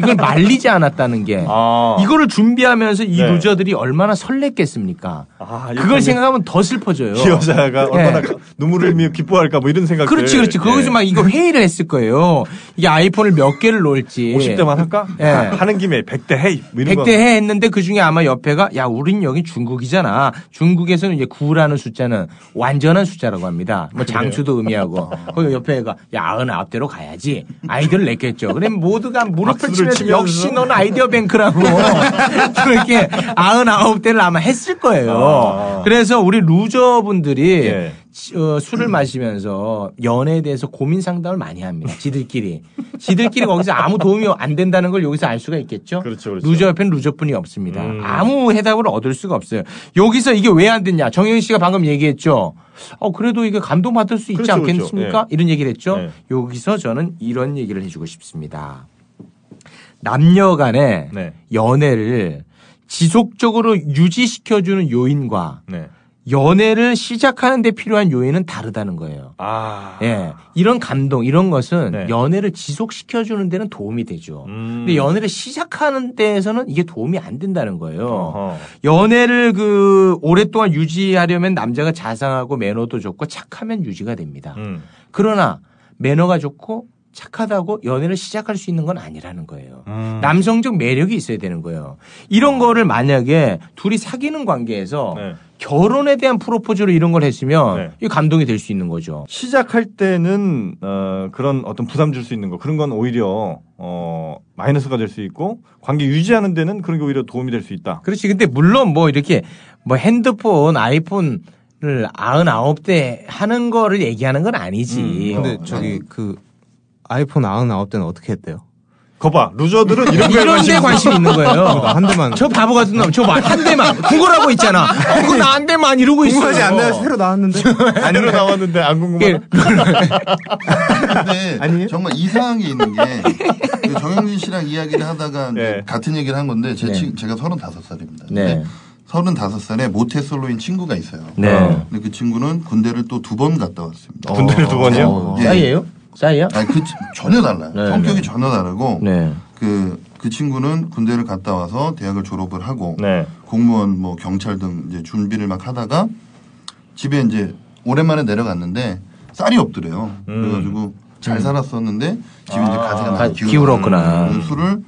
S7: 이걸 말리지 않았다는 게
S6: 아.
S7: 이거를 준비하면서 이
S6: 네.
S7: 루저들이 얼마나 설렜겠습니까?
S6: 아, 이렇게
S7: 그걸
S6: 하면
S7: 생각하면 더 슬퍼져요.
S6: 이 여자가 얼마나
S7: 예.
S6: 가- 눈물을 흘리며 기뻐할까 뭐 이런 생각.
S7: 그렇지, 그렇지. 거기서 막
S6: 예.
S7: 이거 회의를 했을 거예요. 이게 아이폰을 몇 개를 놓을지.
S6: 50대만 할까?
S7: 예.
S6: 하- 하는 김에 100대 해. 뭐 이런
S7: 100대
S6: 거.
S7: 해 했는데 그 중에 아마 옆에가 야, 우린 여기 중국이잖아. 중국에서는 이제 9라는 숫자는 완전한 숫자라고 합니다. 뭐 장수도 의미하고. 거기 옆에 애가 야, 99대로 가야지. 아이디어를 냈겠죠. 그럼 모두가 무릎을
S6: 박수를 치면서.
S7: 치면서 역시 너는 아이디어 뱅크라고. 그렇게 99대를 아마 했을 거예요.
S6: 아.
S7: 그래서 우리 루저분들이
S6: 예.
S7: 지- 어, 술을 마시면서 연애에 대해서 고민 상담을 많이 합니다. 지들끼리. 지들끼리 거기서 아무 도움이 안 된다는 걸 여기서 알 수가 있겠죠.
S6: 그렇죠, 음. 그렇죠.
S7: 루저 옆엔 루저뿐이 없습니다. 아무 해답을 얻을 수가 없어요. 여기서 이게 왜 안 됐냐. 정영 씨가 방금 얘기했죠. 어, 그래도 이게 감동받을 수 있지
S6: 그렇죠, 그렇죠.
S7: 않겠습니까?
S6: 예.
S7: 이런 얘기를 했죠.
S6: 예.
S7: 여기서 저는 이런 얘기를 해주고 싶습니다. 남녀 간의
S6: 네.
S7: 연애를 지속적으로 유지시켜주는 요인과
S6: 네.
S7: 연애를 시작하는 데 필요한 요인은 다르다는 거예요.
S6: 아.
S7: 예. 이런 감동, 이런 것은
S6: 네.
S7: 연애를 지속시켜주는 데는 도움이 되죠.
S6: 음.
S7: 근데 연애를 시작하는 데에서는 이게 도움이 안 된다는 거예요.
S6: 어허.
S7: 연애를 그 오랫동안 유지하려면 남자가 자상하고 매너도 좋고 착하면 유지가 됩니다.
S6: 음.
S7: 그러나 매너가 좋고 착하다고 연애를 시작할 수 있는 건 아니라는 거예요.
S6: 음. 어.
S7: 남성적 매력이 있어야 되는 거예요. 이런 거를 만약에 둘이 사귀는 관계에서
S6: 네.
S7: 결혼에 대한 프로포즈로 이런 걸 했으면
S6: 네.
S7: 이 감동이 될 수 있는 거죠.
S6: 시작할 때는 어, 그런 어떤 부담 줄 수 있는 거 그런 건 오히려 어, 마이너스가 될 수 있고 관계 유지하는 데는 그런 게 오히려 도움이 될 수 있다.
S7: 그렇지. 근데 물론 뭐 이렇게 뭐 핸드폰, 아이폰을 99대 하는 거를
S8: 음.
S7: 얘기하는 건 아니지. 어.
S8: 근데 저기 그 아이폰 99대는 어떻게 했대요?
S6: 거봐 루저들은 이런 거에
S7: 이런 데
S6: 관심이
S7: 관심이 있는 거예요.
S8: 어, 한 대만.
S7: 저 바보 같은 놈, 저 한 대만. 구걸하고 있잖아. 어, 그거 나한 대만 이러고 있어.
S8: 궁금하지 않나요? 새로 나왔는데.
S6: 안으로 나왔는데 안 궁금해.
S7: 이게
S1: 근데
S8: 아니에요?
S1: 정말 이상한 게 있는 게그 정영진 씨랑 이야기를 하다가 이제
S6: 네. 같은
S1: 같은 얘기를 한 건데 제
S7: 네.
S1: 친, 제가 35살입니다.
S7: 네.
S1: 35살에 모태솔로인 친구가 있어요.
S7: 네.
S1: 근데 그 친구는 군대를 또 두 번 갔다 왔습니다.
S6: 군대를 두 번이요?
S7: 어.
S1: 예.
S7: 싸이예요? 아, 싸이야?
S1: 아니, 그 친- 전혀 달라요.
S7: 네,
S1: 성격이 전혀 다르고
S7: 네.
S1: 그, 그 친구는 군대를 갔다 와서 대학을 졸업을 하고
S6: 네.
S1: 공무원 뭐 경찰 등 이제 준비를 막 하다가 집에 이제 오랜만에 내려갔는데 쌀이 없더래요. 그래가지고 잘 살았었는데 집에 이제 가지가
S7: 음. 아,
S1: 많이
S7: 기울었구나.
S1: 음, 술을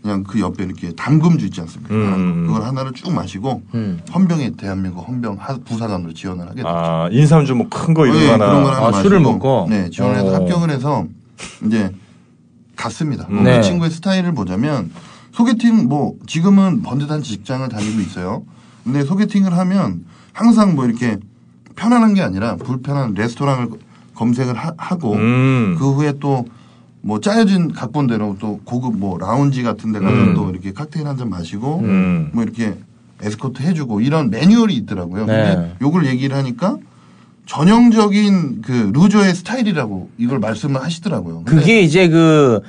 S1: 그냥 그 옆에 이렇게 담금주 있지 않습니까?
S6: 음.
S1: 그걸 하나를 쭉 마시고
S7: 음.
S1: 헌병에 대한민국 헌병 하- 부사관으로 지원을 하게 됐죠.
S6: 아 인삼주 뭐 큰 거 이런
S1: 예,
S6: 거 하나.
S1: 그런 걸 하나
S7: 아,
S1: 마시고,
S7: 술을 먹고?
S1: 네 지원을 해서
S7: 어.
S1: 합격을 해서 이제 갔습니다.
S7: 네.
S1: 그 친구의 스타일을 보자면 소개팅 뭐 지금은 번듯한 직장을 다니고 있어요. 근데 소개팅을 하면 항상 뭐 이렇게 편안한 게 아니라 불편한 레스토랑을 검색을 하, 고
S6: 음.
S1: 그 후에 또 뭐 짜여진 각본대로 또 고급 뭐 라운지 같은 데 가서
S6: 음.
S1: 또 이렇게 칵테일 한 잔 마시고
S6: 음.
S1: 뭐 이렇게 에스코트 해주고 이런 매뉴얼이 있더라고요.
S7: 네.
S1: 근데 요걸 얘기를 하니까 전형적인 그 루저의 스타일이라고 이걸 말씀을 하시더라고요. 근데
S7: 그게 이제 그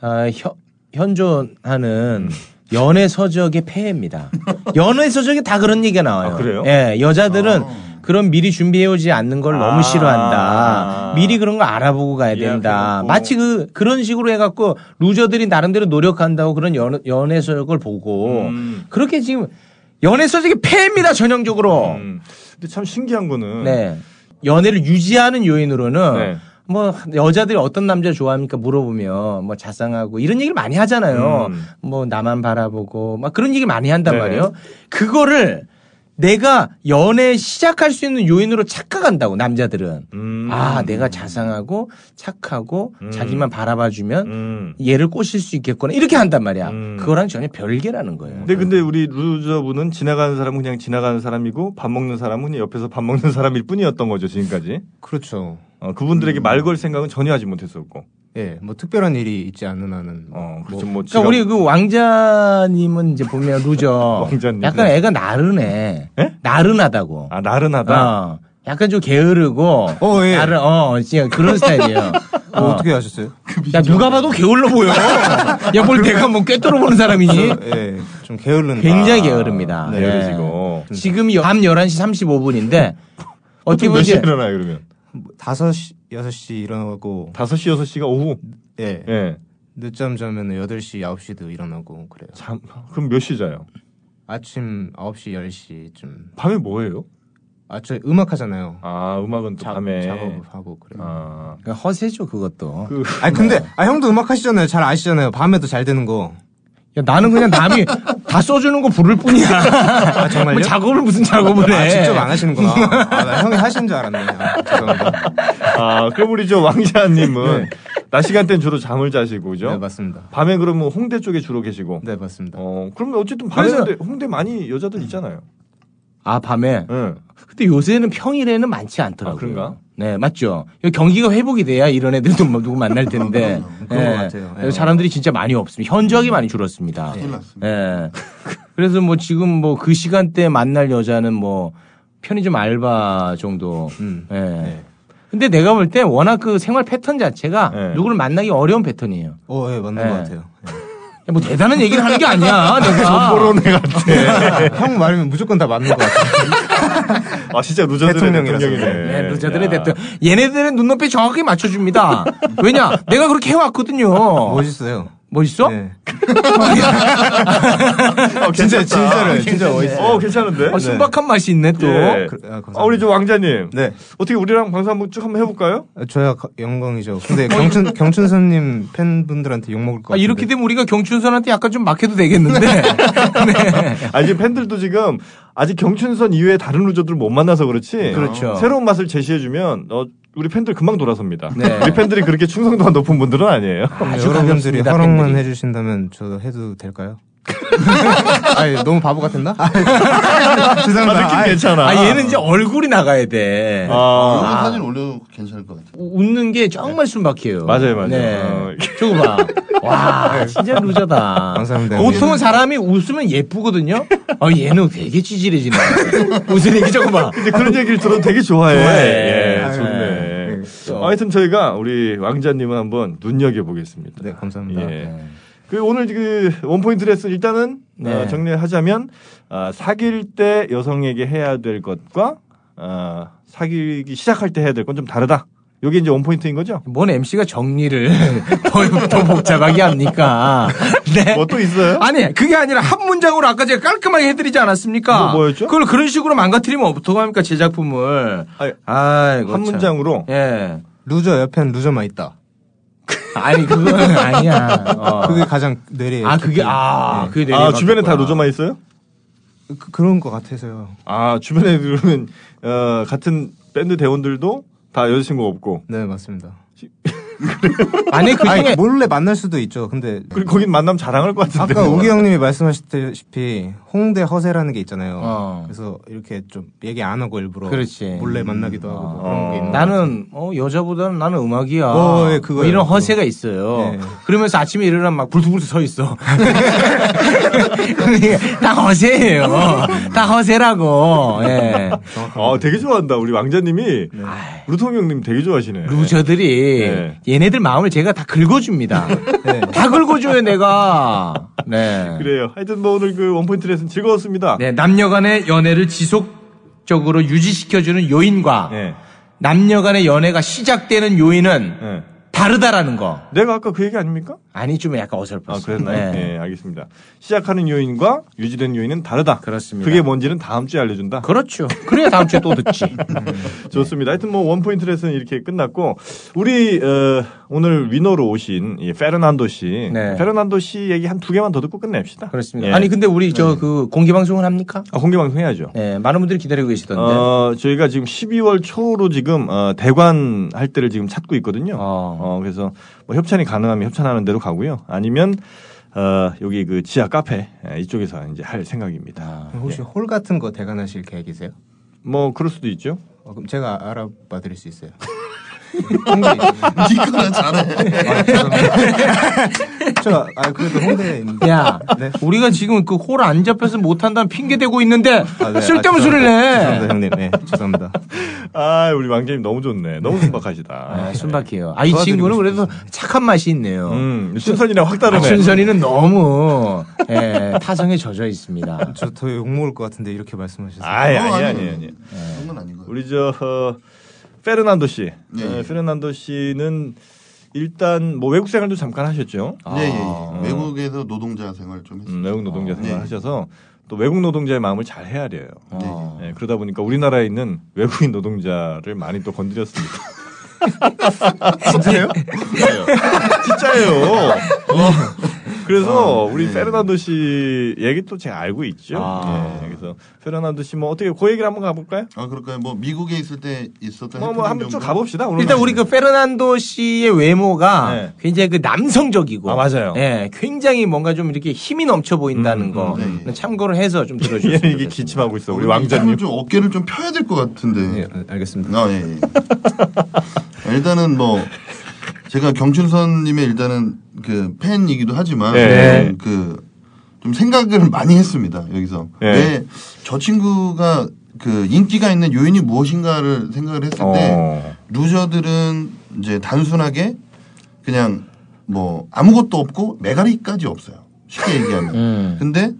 S7: 아, 현- 현존하는
S6: 음.
S7: 연애 서적의 폐해입니다. 연애 서적에 다 그런 얘기가 나와요.
S6: 아, 그래요?
S7: 예, 여자들은
S1: 아.
S7: 그런 미리 준비해오지 않는 걸
S6: 아.
S7: 너무 싫어한다. 미리 그런 걸 알아보고 가야 된다.
S6: 이야기하고.
S7: 마치 그 그런 식으로 해갖고 루저들이 나름대로 노력한다고 그런 연, 연애 서적을 보고
S6: 음.
S7: 그렇게 지금 연애 서적이 폐해입니다 전형적으로.
S6: 음. 근데 참 신기한 거는
S7: 네. 연애를 유지하는 요인으로는
S6: 네.
S7: 뭐 여자들이 어떤 남자 좋아합니까 물어보면 뭐 자상하고 이런 얘기를 많이 하잖아요.
S6: 음.
S7: 뭐 나만 바라보고 막 그런 얘기 많이 한단
S6: 네.
S7: 말이에요. 그거를 내가 연애 시작할 수 있는 요인으로 착각한다고 남자들은.
S6: 음.
S7: 아, 내가 자상하고 착하고
S6: 음.
S7: 자기만 바라봐주면
S6: 음.
S7: 얘를 꼬실 수 있겠구나 이렇게 한단 말이야.
S6: 음.
S7: 그거랑 전혀 별개라는 거예요.
S6: 근데 근데 우리 루저분은 지나가는 사람은 그냥 지나가는 사람이고 밥 먹는 사람은 옆에서 밥 먹는 사람일 뿐이었던 거죠 지금까지.
S8: 그렇죠.
S6: 어, 그분들에게
S7: 음.
S6: 말 걸 생각은 전혀 하지 못했었고.
S8: 예, 뭐 특별한 일이 있지 않는 한은.
S6: 어, 그렇죠. 뭐,
S7: 그러니까 우리 그 왕자님은 이제 보면 루저
S6: 왕자님,
S7: 약간
S6: 네.
S7: 애가 나른해
S6: 예?
S7: 나른하다고
S6: 아 나른하다.
S7: 어, 약간 좀 게으르고
S8: 어, 예.
S7: 나른 어 진짜 그런 스타일이에요
S8: 어, 어떻게 아셨어요?
S7: 야 누가 봐도 게을러 보여 야 뭘 내가 뭐 꿰뚫어 보는 사람이니
S8: 예, 좀 게으른. 아.
S7: 굉장히 게으릅니다
S6: 아, 네. 그러시고.
S7: 예. 지금 밤 11시 35분인데
S6: 보통
S7: 어떻게 보면
S6: 몇 시에
S7: 이제
S6: 일어나요 그러면?
S8: 다섯 시 여섯 시 일어나고,
S6: 5시, 6시가 오후?
S8: 예,
S7: 네.
S6: 예.
S8: 늦잠 자면 여덟 시 아홉 시도 일어나고 그래요.
S6: 잠, 그럼 몇 시 자요?
S8: 아침 아홉 시 열 시쯤.
S6: 밤에 뭐 해요?
S8: 아, 저 음악 하잖아요.
S6: 아, 음악은 또
S8: 작-
S6: 밤에.
S8: 작업하고 그래요.
S6: 아.
S7: 그러니까 허세죠 그것도
S6: 그,
S8: 아니 근데 아 형도 음악 하시잖아요. 잘 아시잖아요. 밤에도 잘 되는 거.
S7: 야, 나는 그냥 남이 다 써주는 거 부를 뿐이야
S8: 아 정말요?
S7: 뭐 작업을 무슨 작업을 해
S8: 아, 직접 안 하시는구나. 아, 나 형이 하신 줄 알았네. 아, 죄송합니다.
S6: 아, 그럼 우리 저 왕자님은
S7: 네.
S6: 낮 시간대는 주로 잠을 자시고, 그죠?
S8: 네 맞습니다.
S6: 밤에 그러면 홍대 쪽에 주로 계시고.
S8: 네 맞습니다.
S6: 어, 그러면 어쨌든 밤에
S7: 그래서-
S6: 홍대, 홍대 많이
S8: 음.
S6: 여자들 있잖아요.
S7: 아 밤에
S6: 예.
S7: 근데 요새는 평일에는 많지 않더라고요.
S6: 아, 그런가?
S7: 네, 맞죠. 여기 경기가 회복이 돼야 이런 애들도 뭐 누구 만날 텐데.
S8: 그런
S7: 예,
S8: 것 같아요. 예.
S7: 그래서 사람들이 진짜 많이 없습니다. 현저하게 많이 줄었습니다.
S1: 큰일 났습니다.
S7: 예. 그래서 뭐 지금 뭐 그 시간대에 만날 여자는 뭐 편의점 알바 정도.
S8: 음.
S7: 예. 근데 내가 볼 때 워낙 그 생활 패턴 자체가
S6: 예.
S7: 누구를 만나기 어려운 패턴이에요.
S8: 어, 예, 맞는
S7: 예.
S8: 것 같아요.
S7: 야, 뭐 대단한 얘기를 하는 게 아니야. 내가.
S8: 형 말이면 무조건 다 맞는 것 같아요.
S6: 아, 진짜 루저들의
S8: 대통령이라서.
S6: 대통령이네.
S7: 네, 루저들의
S6: 야.
S7: 대표. 얘네들은 눈높이 정확히 맞춰줍니다. 왜냐? 내가 그렇게 해왔거든요.
S6: 뭐,
S8: 멋있어요.
S7: 멋있어?
S8: 네.
S6: 어,
S8: 진짜,
S6: 괜찮다.
S8: 진짜로요. 진짜 멋있어요.
S6: 어, 괜찮은데?
S7: 아, 순박한 맛이 있네 또.
S6: 예.
S8: 그- 아, 감사합니다.
S6: 아, 우리 저 왕자님.
S8: 네.
S6: 어떻게 우리랑 방송 한번 쭉 한번 해볼까요?
S8: 아, 저야 거- 영광이죠. 근데 경춘, 경춘선님 팬분들한테 욕먹을 것
S6: 예.
S7: 아,
S8: 같아요.
S6: 네.
S7: 이렇게 되면 우리가 경춘선한테 약간 좀 막혀도 되겠는데. 네.
S6: 아, 지금 팬들도 지금 아직 경춘선 이외에 다른 루저들을 못 만나서 그렇지.
S7: 그렇죠.
S6: 새로운 맛을 제시해주면, 어, 우리 팬들 금방 돌아섭니다.
S7: 네.
S6: 우리 팬들이 그렇게 충성도가 높은 분들은 아니에요.
S7: 아주
S8: 여러분들이
S7: 반갑습니다,
S8: 허락만
S7: 팬들이.
S8: 해주신다면 저도 해도 될까요? 아니, 너무 바보 같았나? 아, 죄송합니다.
S6: 느낌
S8: 아이,
S6: 괜찮아.
S7: 아 얘는 이제 얼굴이 나가야 돼.
S6: 아,
S1: 이런 사진 올려도 괜찮을 것 같아요.
S7: 웃는 게 정말 숨막혀요.
S6: 맞아요, 맞아요.
S7: 네.
S6: 어.
S7: 저거 봐. 와, 진짜 루저다.
S8: 감사합니다.
S6: 네.
S7: 보통은 사람이 웃으면 예쁘거든요. 아, 얘는 되게 찌질해지네. 웃으니 까 저거 봐.
S6: 근데 그런 얘기를 들어도 되게 좋아해.
S7: 좋아해.
S6: 예, 좋네.
S7: 네.
S6: 하여튼 저희가 우리 왕자님은 한번 눈여겨 보겠습니다. 예.
S8: 네, 감사합니다.
S6: 그 오늘 그 원포인트 레슨 일단은
S7: 네.
S6: 어, 정리하자면 아, 사귈 때 여성에게 해야 될 것과 아, 사귀기 시작할 때 해야 될 건 좀 다르다. 요게 이제 원포인트인 거죠?
S7: 뭔 MC가 정리를 더, 더 복잡하게 합니까? 네.
S6: 뭐 또 있어요?
S7: 아니, 그게 아니라 한 문장으로 아까 제가 깔끔하게 해드리지 않았습니까?
S6: 뭐, 뭐였죠?
S7: 그걸 그런 식으로 망가뜨리면 어떡합니까, 제 작품을.
S6: 아니,
S7: 아이고.
S6: 한
S7: 참.
S6: 문장으로
S7: 예.
S8: 루저 옆엔 루저만 있다.
S7: 아니, 그건 아니야. 어.
S8: 그게 가장 뇌리에.
S7: 아, 그게, 아, 그게 내리막
S6: 예, 아 주변에 다
S7: 같구나.
S6: 로저만 있어요?
S8: 그, 런것 같아서요.
S6: 아 주변에 그러면 어, 같은 밴드 대원들도 다 여자친구 가 없고
S8: 네, 맞습니다.
S7: 아니, 그 중에.
S6: 뭐
S8: 아니, 몰래 만날 수도 있죠. 근데
S6: 그리고 거긴 만남 자랑할 것 같은데
S8: 아까 우기 형님이 말씀하셨다시피 홍대 허세라는 게 있잖아요.
S7: 어.
S8: 그래서 이렇게 좀 얘기 안 하고 일부러
S7: 그렇지. 음.
S8: 몰래 만나기도 하고 뭐 그런 게 있는
S7: 나는 어, 여자보다는 나는 음악이야.
S8: 어, 예, 그거요,
S7: 뭐 이런
S8: 그거.
S7: 허세가 있어요.
S8: 예.
S7: 그러면서 아침에 일어나면 막 불투불투 서 있어. 그러니까 다 허세예요. 다 허세라고. 예.
S6: 아 되게 좋아한다 우리 왕자님이
S8: 네.
S6: 루통 형님 되게 좋아하시네
S7: 루저들이
S6: 네.
S8: 예.
S7: 얘네들 마음을 제가 다 긁어줍니다. 다 긁어줘요 내가. 네.
S6: 그래요 하여튼 뭐 오늘 그 원포인트 레슨 즐거웠습니다
S7: 네, 남녀간의 연애를 지속적으로 유지시켜주는 요인과
S8: 예.
S6: 네.
S7: 남녀간의 연애가 시작되는 요인은
S8: 예.
S6: 네.
S7: 다르다라는 거.
S6: 내가 아까 그 얘기 아닙니까?
S7: 아니 좀 약간
S6: 아,
S7: 어설펐어요.
S6: 그랬나요? 네. 알겠습니다. 시작하는 요인과 유지된 요인은 다르다.
S7: 그렇습니다.
S6: 그게 뭔지는 다음 주에 알려준다.
S7: 그렇죠. 그래야 다음 주에 또 듣지.
S6: 좋습니다. 하여튼 뭐 원포인트 레슨 이렇게 끝났고 우리 어, 오늘 위너로 오신 이 페르난도 씨,
S7: 네.
S6: 페르난도 씨 얘기 한 두 개만 더 듣고 끝냅시다.
S7: 그렇습니다.
S6: 예.
S7: 아니 근데 우리 저 그 공개 방송은 합니까?
S6: 아, 공개 방송 해야죠.
S7: 네, 많은 분들이 기다리고 계시던데.
S6: 어, 저희가 지금 12월 초로 지금 어, 대관 할 때를 지금 찾고 있거든요.
S7: 어.
S6: 어, 그래서 뭐 협찬이 가능하면 협찬하는 대로 가고요. 아니면 어, 여기 그 지하 카페 예, 이쪽에서 이제 할 생각입니다.
S7: 아.
S8: 네.
S6: 예.
S8: 혹시 홀 같은 거 대관하실 계획이세요?
S6: 뭐 그럴 수도 있죠.
S8: 어, 그럼 제가 알아봐 드릴 수 있어요.
S1: 니꺼나 잘해.
S8: 저, 아, 그래도 홍대에 있는데.
S7: 야,
S8: 네.
S7: 우리가 지금 그 홀 안 잡혀서 못한다는 핑계 대고 있는데
S8: 아, 네. 아,
S7: 쓸데없는 소리를
S8: 죄송합니다,
S7: 내.
S8: 형님. 네, 죄송합니다.
S6: 아, 우리 왕자님 너무 좋네. 너무 순박하시다.
S7: 아, 순박해요. 아, 이 친구는 그래도 착한 맛이 있네요.
S6: 음, 순선이랑 확
S7: 아,
S6: 다르네.
S7: 춘선이는 너무 예, 타성에 젖어 있습니다.
S8: 저 더 욕먹을 것 같은데 이렇게 말씀하셔서.
S6: 예, 아니,
S1: 어,
S6: 아니,
S1: 아니에요.
S6: 아니, 예. 아니.
S1: 그런 건 아니고요.
S6: 우리 저, 어, 페르난도 씨.
S1: 예.
S6: 어, 페르난도 씨는 일단 뭐 외국 생활도 잠깐 하셨죠.
S1: 예, 예, 예. 외국에서 노동자 생활 좀 했어요.
S6: 아. 음, 외국 노동자 생활
S1: 예.
S6: 하셔서 또 외국 노동자의 마음을 잘 헤아려요.
S1: 네.
S6: 예, 그러다 보니까 우리나라에 있는 외국인 노동자를 많이 또 건드렸습니다. 진짜요? 진짜예요. 어, 그래서 우리 페르난도 씨 얘기 또 제가 알고 있죠.
S7: 아.
S6: 예, 그래서 페르난도 씨 뭐 어떻게 그 얘기를 한번 가볼까요?
S1: 아 그럴까요? 뭐 미국에 있을 때 있었던
S6: 뭐, 뭐 한번 좀 가봅시다. 오늘
S7: 일단 우리 그 페르난도 씨의 외모가
S6: 네.
S7: 굉장히 그 남성적이고
S6: 아, 맞아요.
S7: 예, 굉장히 뭔가 좀 이렇게 힘이 넘쳐 보인다는 거
S1: 네, 예.
S7: 참고를 해서 좀 들어주세요.
S6: 얘는 예, 이게 기침하고 있어. 우리 왕자님.
S1: 좀 어깨를 좀 펴야 될 것 같은데.
S8: 예, 알- 알겠습니다.
S1: 아, 예, 예. 아, 일단은 뭐 제가 경춘선님의 일단은 그 팬이기도 하지만
S8: 네.
S7: 네.
S6: 예.
S1: 그 좀 생각을 많이 했습니다 여기서
S6: 예.
S1: 왜 저 친구가 그 인기가 있는 요인이 무엇인가를 생각을 했을 때
S6: 어.
S1: 루저들은 이제 단순하게 그냥 뭐 아무것도 없고 메가리까지 없어요 쉽게 얘기하면
S7: 음.
S1: 근데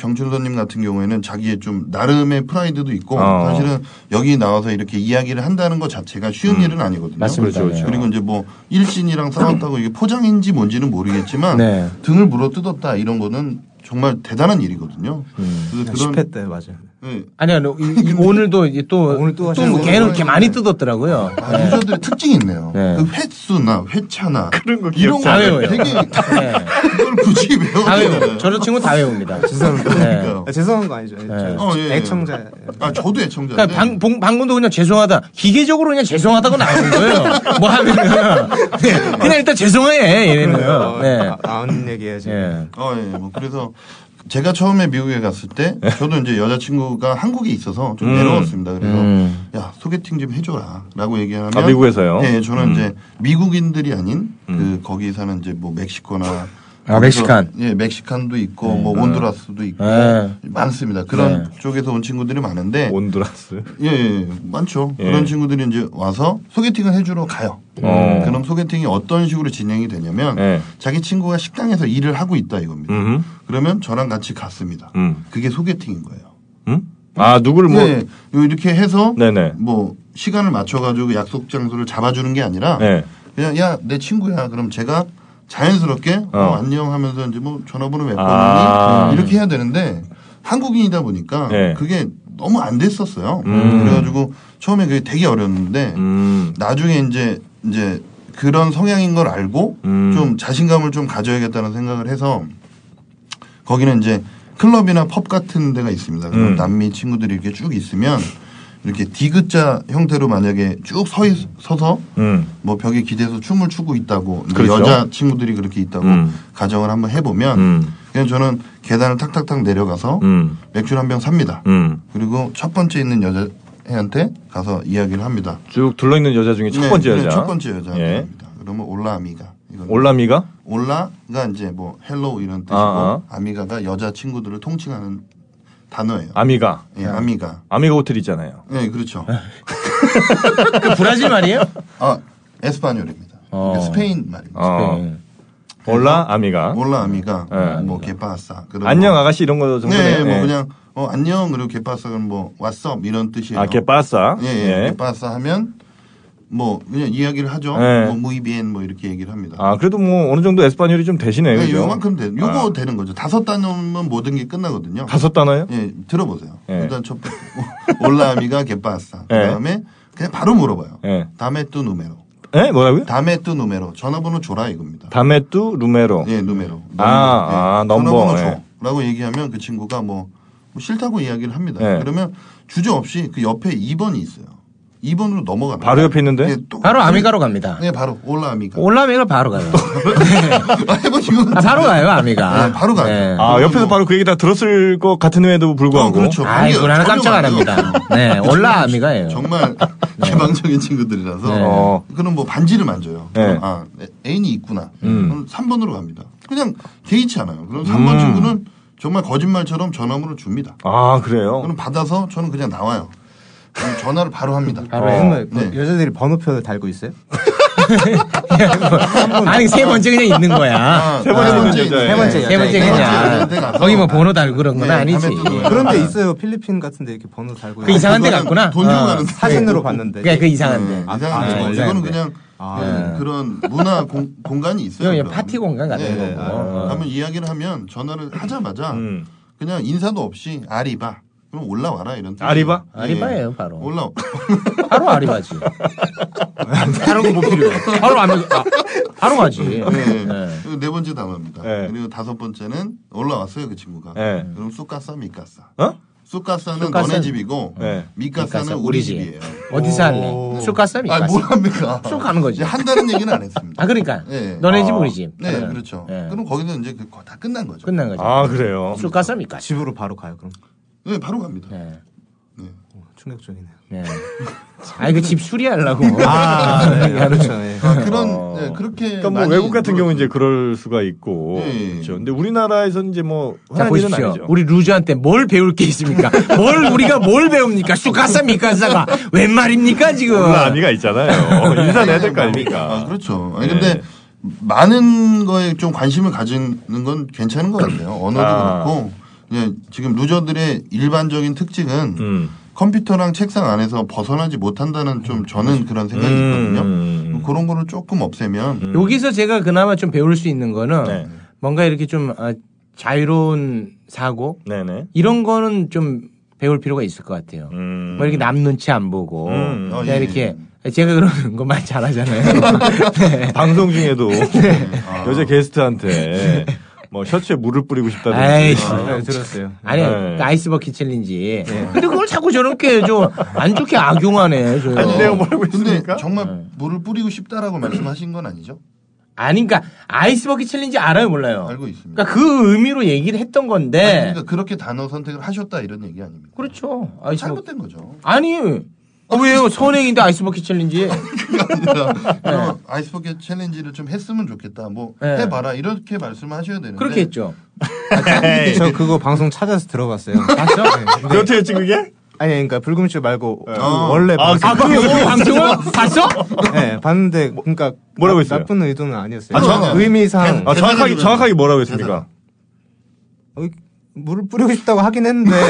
S1: 경춘선님 같은 경우에는 자기의 좀 나름의 프라이드도 있고
S6: 어.
S1: 사실은 여기 나와서 이렇게 이야기를 한다는 것 자체가 쉬운 일은 아니거든요.
S7: 음. 맞습니다. 그렇죠, 그렇죠.
S1: 그리고 이제 뭐 일신이랑 싸웠다고 이게 포장인지 뭔지는 모르겠지만
S7: 네.
S1: 등을 물어 뜯었다 이런 거는 정말 대단한 일이거든요. 그래서
S8: 10회 때, 맞아요.
S1: 예.
S7: 아니 아니 이- 이- 오늘도 이제 또
S8: 오늘 또
S7: 또
S8: 하시는
S7: 걔는
S1: 거예요?
S7: 이렇게 많이 뜯었더라고요.
S1: 아, 유저들의 특징이 있네요.
S7: 네.
S1: 그 횟수나 회차나
S6: 그런 거
S1: 이런
S6: 기억지
S1: 거
S7: 다 외워요.
S1: 되게
S7: 예.
S1: 그걸 굳이
S7: 다
S1: 외워야
S7: 외워.
S1: 되나요?
S7: 저 친구 다 외웁니다. 예.
S8: 죄송합니다.
S1: 그러니까요.
S8: 아, 죄송한 거
S7: 네.
S8: 아니죠. 저
S1: 어, 예, 예.
S8: 애청자.
S1: 아 저도 애청자.
S7: 그러니까 방, 봉- 방금도 그냥 죄송하다. 기계적으로 그냥 죄송하다고 나오는 거예요. 뭐 하면은. 네, 그냥 일단 죄송해. 이러는 거예요.
S8: 어, 네. 아, 아는 얘기 해야지.
S7: 네. 예.
S1: 어, 예. 뭐 그래서 제가 처음에 미국에 갔을 때 저도 이제 여자친구가 한국에 있어서 좀
S6: 예. 음.
S1: 외로웠습니다. 그래서
S6: 음.
S1: 야 소개팅 좀 해줘라라고 얘기하면
S6: 아, 미국에서요?
S1: 네, 저는
S6: 음.
S1: 이제 미국인들이 아닌
S6: 음.
S1: 그 거기 사는 이제 뭐 멕시코나
S7: 아, 멕시칸.
S1: 거기서, 예, 멕시칸도
S6: 네.
S1: 있고 뭐
S6: 아.
S1: 온두라스도 있고
S7: 네.
S1: 많습니다. 그런 쪽에서 온 친구들이 많은데
S6: 온두라스.
S1: 예, 예, 많죠.
S6: 예.
S1: 그런 친구들이 이제 와서 소개팅을 해주러 가요.
S6: 어.
S1: 그럼 소개팅이 어떤 식으로 진행이 되냐면
S6: 예.
S1: 자기 친구가 식당에서 일을 하고 있다 이겁니다.
S6: 음.
S1: 그러면 저랑 같이 갔습니다.
S6: 음.
S1: 그게 소개팅인 거예요.
S6: 음? 아 누구를 뭐?
S1: 네, 이렇게 해서
S6: 네네.
S1: 뭐 시간을 맞춰가지고 약속 장소를 잡아주는 게 아니라
S6: 네.
S1: 그냥 야 내 친구야 그럼 제가 자연스럽게 어.
S6: 어.
S1: 안녕하면서 이제 뭐 전화번호 몇 번이니
S6: 아.
S1: 이렇게 해야 되는데 한국인이다 보니까
S6: 네.
S1: 그게 너무 안 됐었어요.
S6: 음.
S1: 그래가지고 처음에 그게 되게 어려웠는데
S6: 음.
S1: 나중에 이제 이제 그런 성향인 걸 알고
S6: 음.
S1: 좀 자신감을 좀 가져야겠다는 생각을 해서 거기는 이제 클럽이나 펍 같은 데가 있습니다. 그럼
S6: 음.
S1: 남미 친구들이 이렇게 쭉 있으면 이렇게 디귿자 형태로 만약에 쭉 서 서서
S6: 음.
S1: 뭐 벽에 기대서 춤을 추고 있다고 이제
S6: 그렇죠.
S1: 여자 친구들이 그렇게 있다고
S6: 음.
S1: 가정을 한번 해보면
S6: 음.
S1: 그냥 저는 계단을 탁탁탁 내려가서
S6: 음.
S1: 맥주 를 한 병 삽니다.
S6: 음.
S1: 그리고 첫 번째 있는 여자 애한테 가서 이야기를 합니다.
S6: 쭉 둘러 있는 여자 중에 첫
S1: 네,
S6: 번째
S1: 네,
S6: 여자.
S1: 첫 번째 여자.
S6: 예.
S1: 입니다 그러면 올라미가. 이건
S6: 올라미가?
S1: 올라가 이제 뭐 헬로우 이런 뜻이고
S6: 아,
S1: 아미가가 여자 친구들을 통칭하는 단어예요.
S6: 아미가. 예.
S1: 예, 아미가.
S6: 아미가 호텔 있잖아요.
S1: 네, 그렇죠.
S7: 그 브라질 말이에요?
S1: 아, 에스파뇰입니다.
S7: 어.
S1: 스페인 말입니다.
S6: 어.
S7: 네.
S6: 올라 아미가.
S1: 올라미가
S6: 예.
S1: 뭐 게파사. 그런
S6: 안녕
S1: 거.
S6: 아가씨 이런 거 정도네요.
S1: 네, 뭐
S6: 예.
S1: 그냥 어 안녕 그리고 게파사는 뭐 왔어 이런 뜻이에요.
S6: 아, 게빠싸.
S1: 예, 예. 게파사 하면 뭐 그냥 이야기를 하죠.
S6: 예.
S1: 뭐 무이비엔 뭐 이렇게 얘기를 합니다.
S6: 아, 그래도 뭐 어느 정도 에스파뇰이 좀 되시네요.
S1: 네,
S6: 그죠?
S1: 요만큼 돼. 요거
S6: 아.
S1: 되는 거죠. 다섯 단어면 모든 게 끝나거든요.
S6: 다섯 단어요?
S1: 예, 들어보세요.
S6: 예.
S1: 일단 첫 번째 올라미가 게빠싸.
S6: 예.
S1: 그다음에 그냥 바로 물어봐요.
S6: 예.
S1: 다음에 또 누메로.
S6: 예? 뭐라고요?
S1: 다음에 또 누메로. 전화번호 줘라 이겁니다.
S6: 다메뚜 루메로.
S1: 예, 누메로.
S6: 아, 아, 넘버.
S1: 전화번호
S6: 예.
S1: 줘라고 얘기하면 그 친구가 뭐, 뭐 싫다고 이야기를 합니다.
S6: 예.
S1: 그러면 주저없이 그 옆에 2번이 있어요. 2번으로 넘어가요.
S6: 바로 옆에 있는데?
S1: 예, 또-
S7: 바로 아미가로 갑니다.
S1: 예, 바로 올라미가.
S7: 올라미가 바로 가요.
S1: 해보신 것
S7: 아,
S1: 같아요.
S7: 바로 가요, 아미가.
S1: 네, 바로 가요.
S6: 아, 옆에서 바로 그 얘기 다 들었을 것 같은 회에도 불구하고.
S1: 어, 그렇죠.
S7: 아, 이거 나는 깜짝 안 합니다. 네, 올라 아미가예요.
S1: 정말 개방적인 친구들이라서
S7: 네.
S6: 어.
S1: 그럼 뭐 반지를 만져요.
S6: 네.
S1: 그럼 아 애- 애인이 있구나.
S6: 음.
S1: 그럼 3번으로 갑니다. 그냥 개의치 않아요. 그럼 3번
S6: 음.
S1: 친구는 정말 거짓말처럼 전화번호를 줍니다.
S6: 아, 그래요?
S1: 그럼 받아서 저는 그냥 나와요. 그럼 전화를 바로 합니다.
S7: 바로
S6: 어.
S7: 해요.
S8: 뭐
S1: 네.
S8: 여자들이 번호표를 달고 있어요?
S7: 아니, 세 번째 그냥 있는 거야.
S1: 아,
S6: 세 번째
S1: 아,
S6: 문제죠.
S1: 네.
S6: 세 번째
S7: 세 번째 그냥.
S1: 네, 가서.
S7: 거기 뭐 번호 달고 그런 건
S1: 네,
S7: 아니지.
S1: 밤에 또
S7: 그런
S1: 놀아요.
S8: 그런 데 있어요. 필리핀 같은 데 이렇게 번호 달고
S7: 그 이상한 데
S1: 그거는
S7: 갔구나.
S1: 돈 주고
S7: 어.
S1: 가는데.
S8: 사진으로 봤는데.
S7: 그냥 그 이상한데.
S1: 이상한데. 아, 이거는
S7: 이상한데.
S1: 그냥 예, 그런 문화 공, 간이 있어요.
S7: 그냥
S1: 그럼.
S7: 파티 공간 같은
S1: 네,
S7: 거고. 어.
S1: 아, 하면 이야기를 하면 전화를 하자마자
S6: 음.
S1: 그냥 인사도 없이 아리바 그럼 올라와라 이런 뜻이에요.
S6: 아리바?
S1: 예,
S7: 아리바예요,
S1: 예.
S7: 바로.
S1: 올라
S7: 바로 아리바지. 다른 거 못 필요해. 바로 아미, 아, 바로 가지.
S1: 네.
S7: 네.
S1: 그리고 네 번째 단어입니다.
S6: 예.
S1: 그리고 다섯 번째는 올라왔어요 그 친구가.
S7: 네.
S6: 예.
S1: 그럼 쑥가싸 미까싸.
S6: 어?
S1: 쑥가싸는
S7: 쑥가싸는-
S1: 너네 집이고
S6: 예.
S1: 미까싸는 우리 집이에요.
S7: 어디서 할래? 술 갔어요?
S1: 아, 뭘 합니까?
S7: 쑥 가는 거지.
S1: 이제 한다는 얘기는 안 했습니다.
S7: 아, 그러니까.
S1: 네.
S7: 너네 집,
S6: 아.
S7: 우리 집.
S1: 네,
S7: 다른.
S1: 그렇죠.
S7: 네.
S1: 그럼 거기서 이제 그거 다 끝난 거죠.
S7: 끝난 거죠.
S6: 아, 그래요?
S7: 술 갔어요? 미까
S8: 집으로 바로 가요. 그럼
S1: 네, 바로 갑니다.
S7: 네.
S8: 어, 충격적이네요.
S7: 네. 아니, 그 집 수리하려고.
S8: 아, 그렇죠. 예.
S1: 아, 그런 네, 그렇게
S6: 그러니까 뭐
S1: 많이
S6: 외국 같은
S1: 들었-
S6: 경우는 이제 그럴 수가 있고.
S1: 예.
S6: 그렇죠. 근데 우리나라에서는 이제 뭐
S7: 자,
S6: 흔한 일은
S7: 보십시오.
S6: 아니죠.
S7: 우리 루저한테 뭘 배울 게 있습니까? 뭘, 우리가 뭘 배웁니까? 쑥가사 미카사가. 웬 말입니까, 지금?
S6: 올라 아미가 있잖아요. 어, 인사 내야 될 거
S1: 아,
S6: 아닙니까?
S1: 그렇죠. 아니,
S6: 네.
S1: 근데 많은 거에 좀 관심을 가지는 건 괜찮은 것 같아요. 언어도
S6: 아.
S1: 그렇고. 예, 지금 루저들의 일반적인 특징은
S6: 음.
S1: 컴퓨터랑 책상 안에서 벗어나지 못한다는 좀 저는 그런 생각이
S6: 음.
S1: 있거든요. 뭐
S6: 음.
S1: 그런 거를 조금 없애면
S7: 여기서 제가 그나마 좀 배울 수 있는 거는
S6: 네.
S7: 뭔가 이렇게 좀 아, 자유로운 사고
S6: 네네.
S7: 이런 거는 좀 배울 필요가 있을 것 같아요.
S6: 음.
S7: 뭐 이렇게 남 눈치 안 보고
S6: 음.
S7: 그냥
S1: 어, 예,
S7: 이렇게 제가 그런 것만 잘하잖아요. 네.
S6: 방송 중에도 여자 게스트한테 뭐 셔츠에 물을 뿌리고
S7: 에이,
S6: 싶다든지.
S7: 아,
S8: 들었어요.
S7: 아니
S6: 네.
S7: 그 아이스버킷 챌린지. 근데 그걸 자꾸 저렇게 좀 안 좋게 악용하네. 저.
S6: 아니, 내가 뭐라고
S1: 근데
S6: 했습니까? 네.
S1: 정말 물을 뿌리고 싶다라고 말씀하신 건 아니죠?
S7: 아니 그러니까 아이스버킷 챌린지 알아요 몰라요?
S1: 알고 있습니다.
S7: 그러니까 네. 그 의미로 얘기를 했던
S1: 아니,
S7: 건데
S1: 그러니까 그렇게 단어 선택을 하셨다 이런 얘기 아닙니까?
S7: 그렇죠. 아이스버...
S1: 잘못된 거죠.
S7: 아니 왜요? 선행인데 아이스버킷 챌린지.
S1: 그러니까 그럼 아이스버킷 챌린지를 좀 했으면 좋겠다. 뭐
S7: 네.
S1: 해봐라 이렇게 말씀하셔야 되는데
S7: 그렇게 했죠.
S8: 저 그거 방송 찾아서 들어봤어요. 네,
S7: 맞죠?
S6: 그렇게 했지 그게?
S8: 아니 그러니까 불금쇼 말고
S6: 예.
S8: 그 원래
S6: 아,
S8: 방송-
S6: 그-
S7: 그 방송을 봤어?
S8: 네, 봤는데 그러니까
S6: 뭐라고
S8: 나-
S6: 했어요?
S8: 나쁜 의도는 아니었어요.
S1: 아, 정확-
S8: 의미상
S6: 아, 정확하게
S1: 대사적으로.
S6: 정확하게 뭐라고 했습니까?
S8: 어, 물을 뿌리고 싶다고 하긴 했는데 네,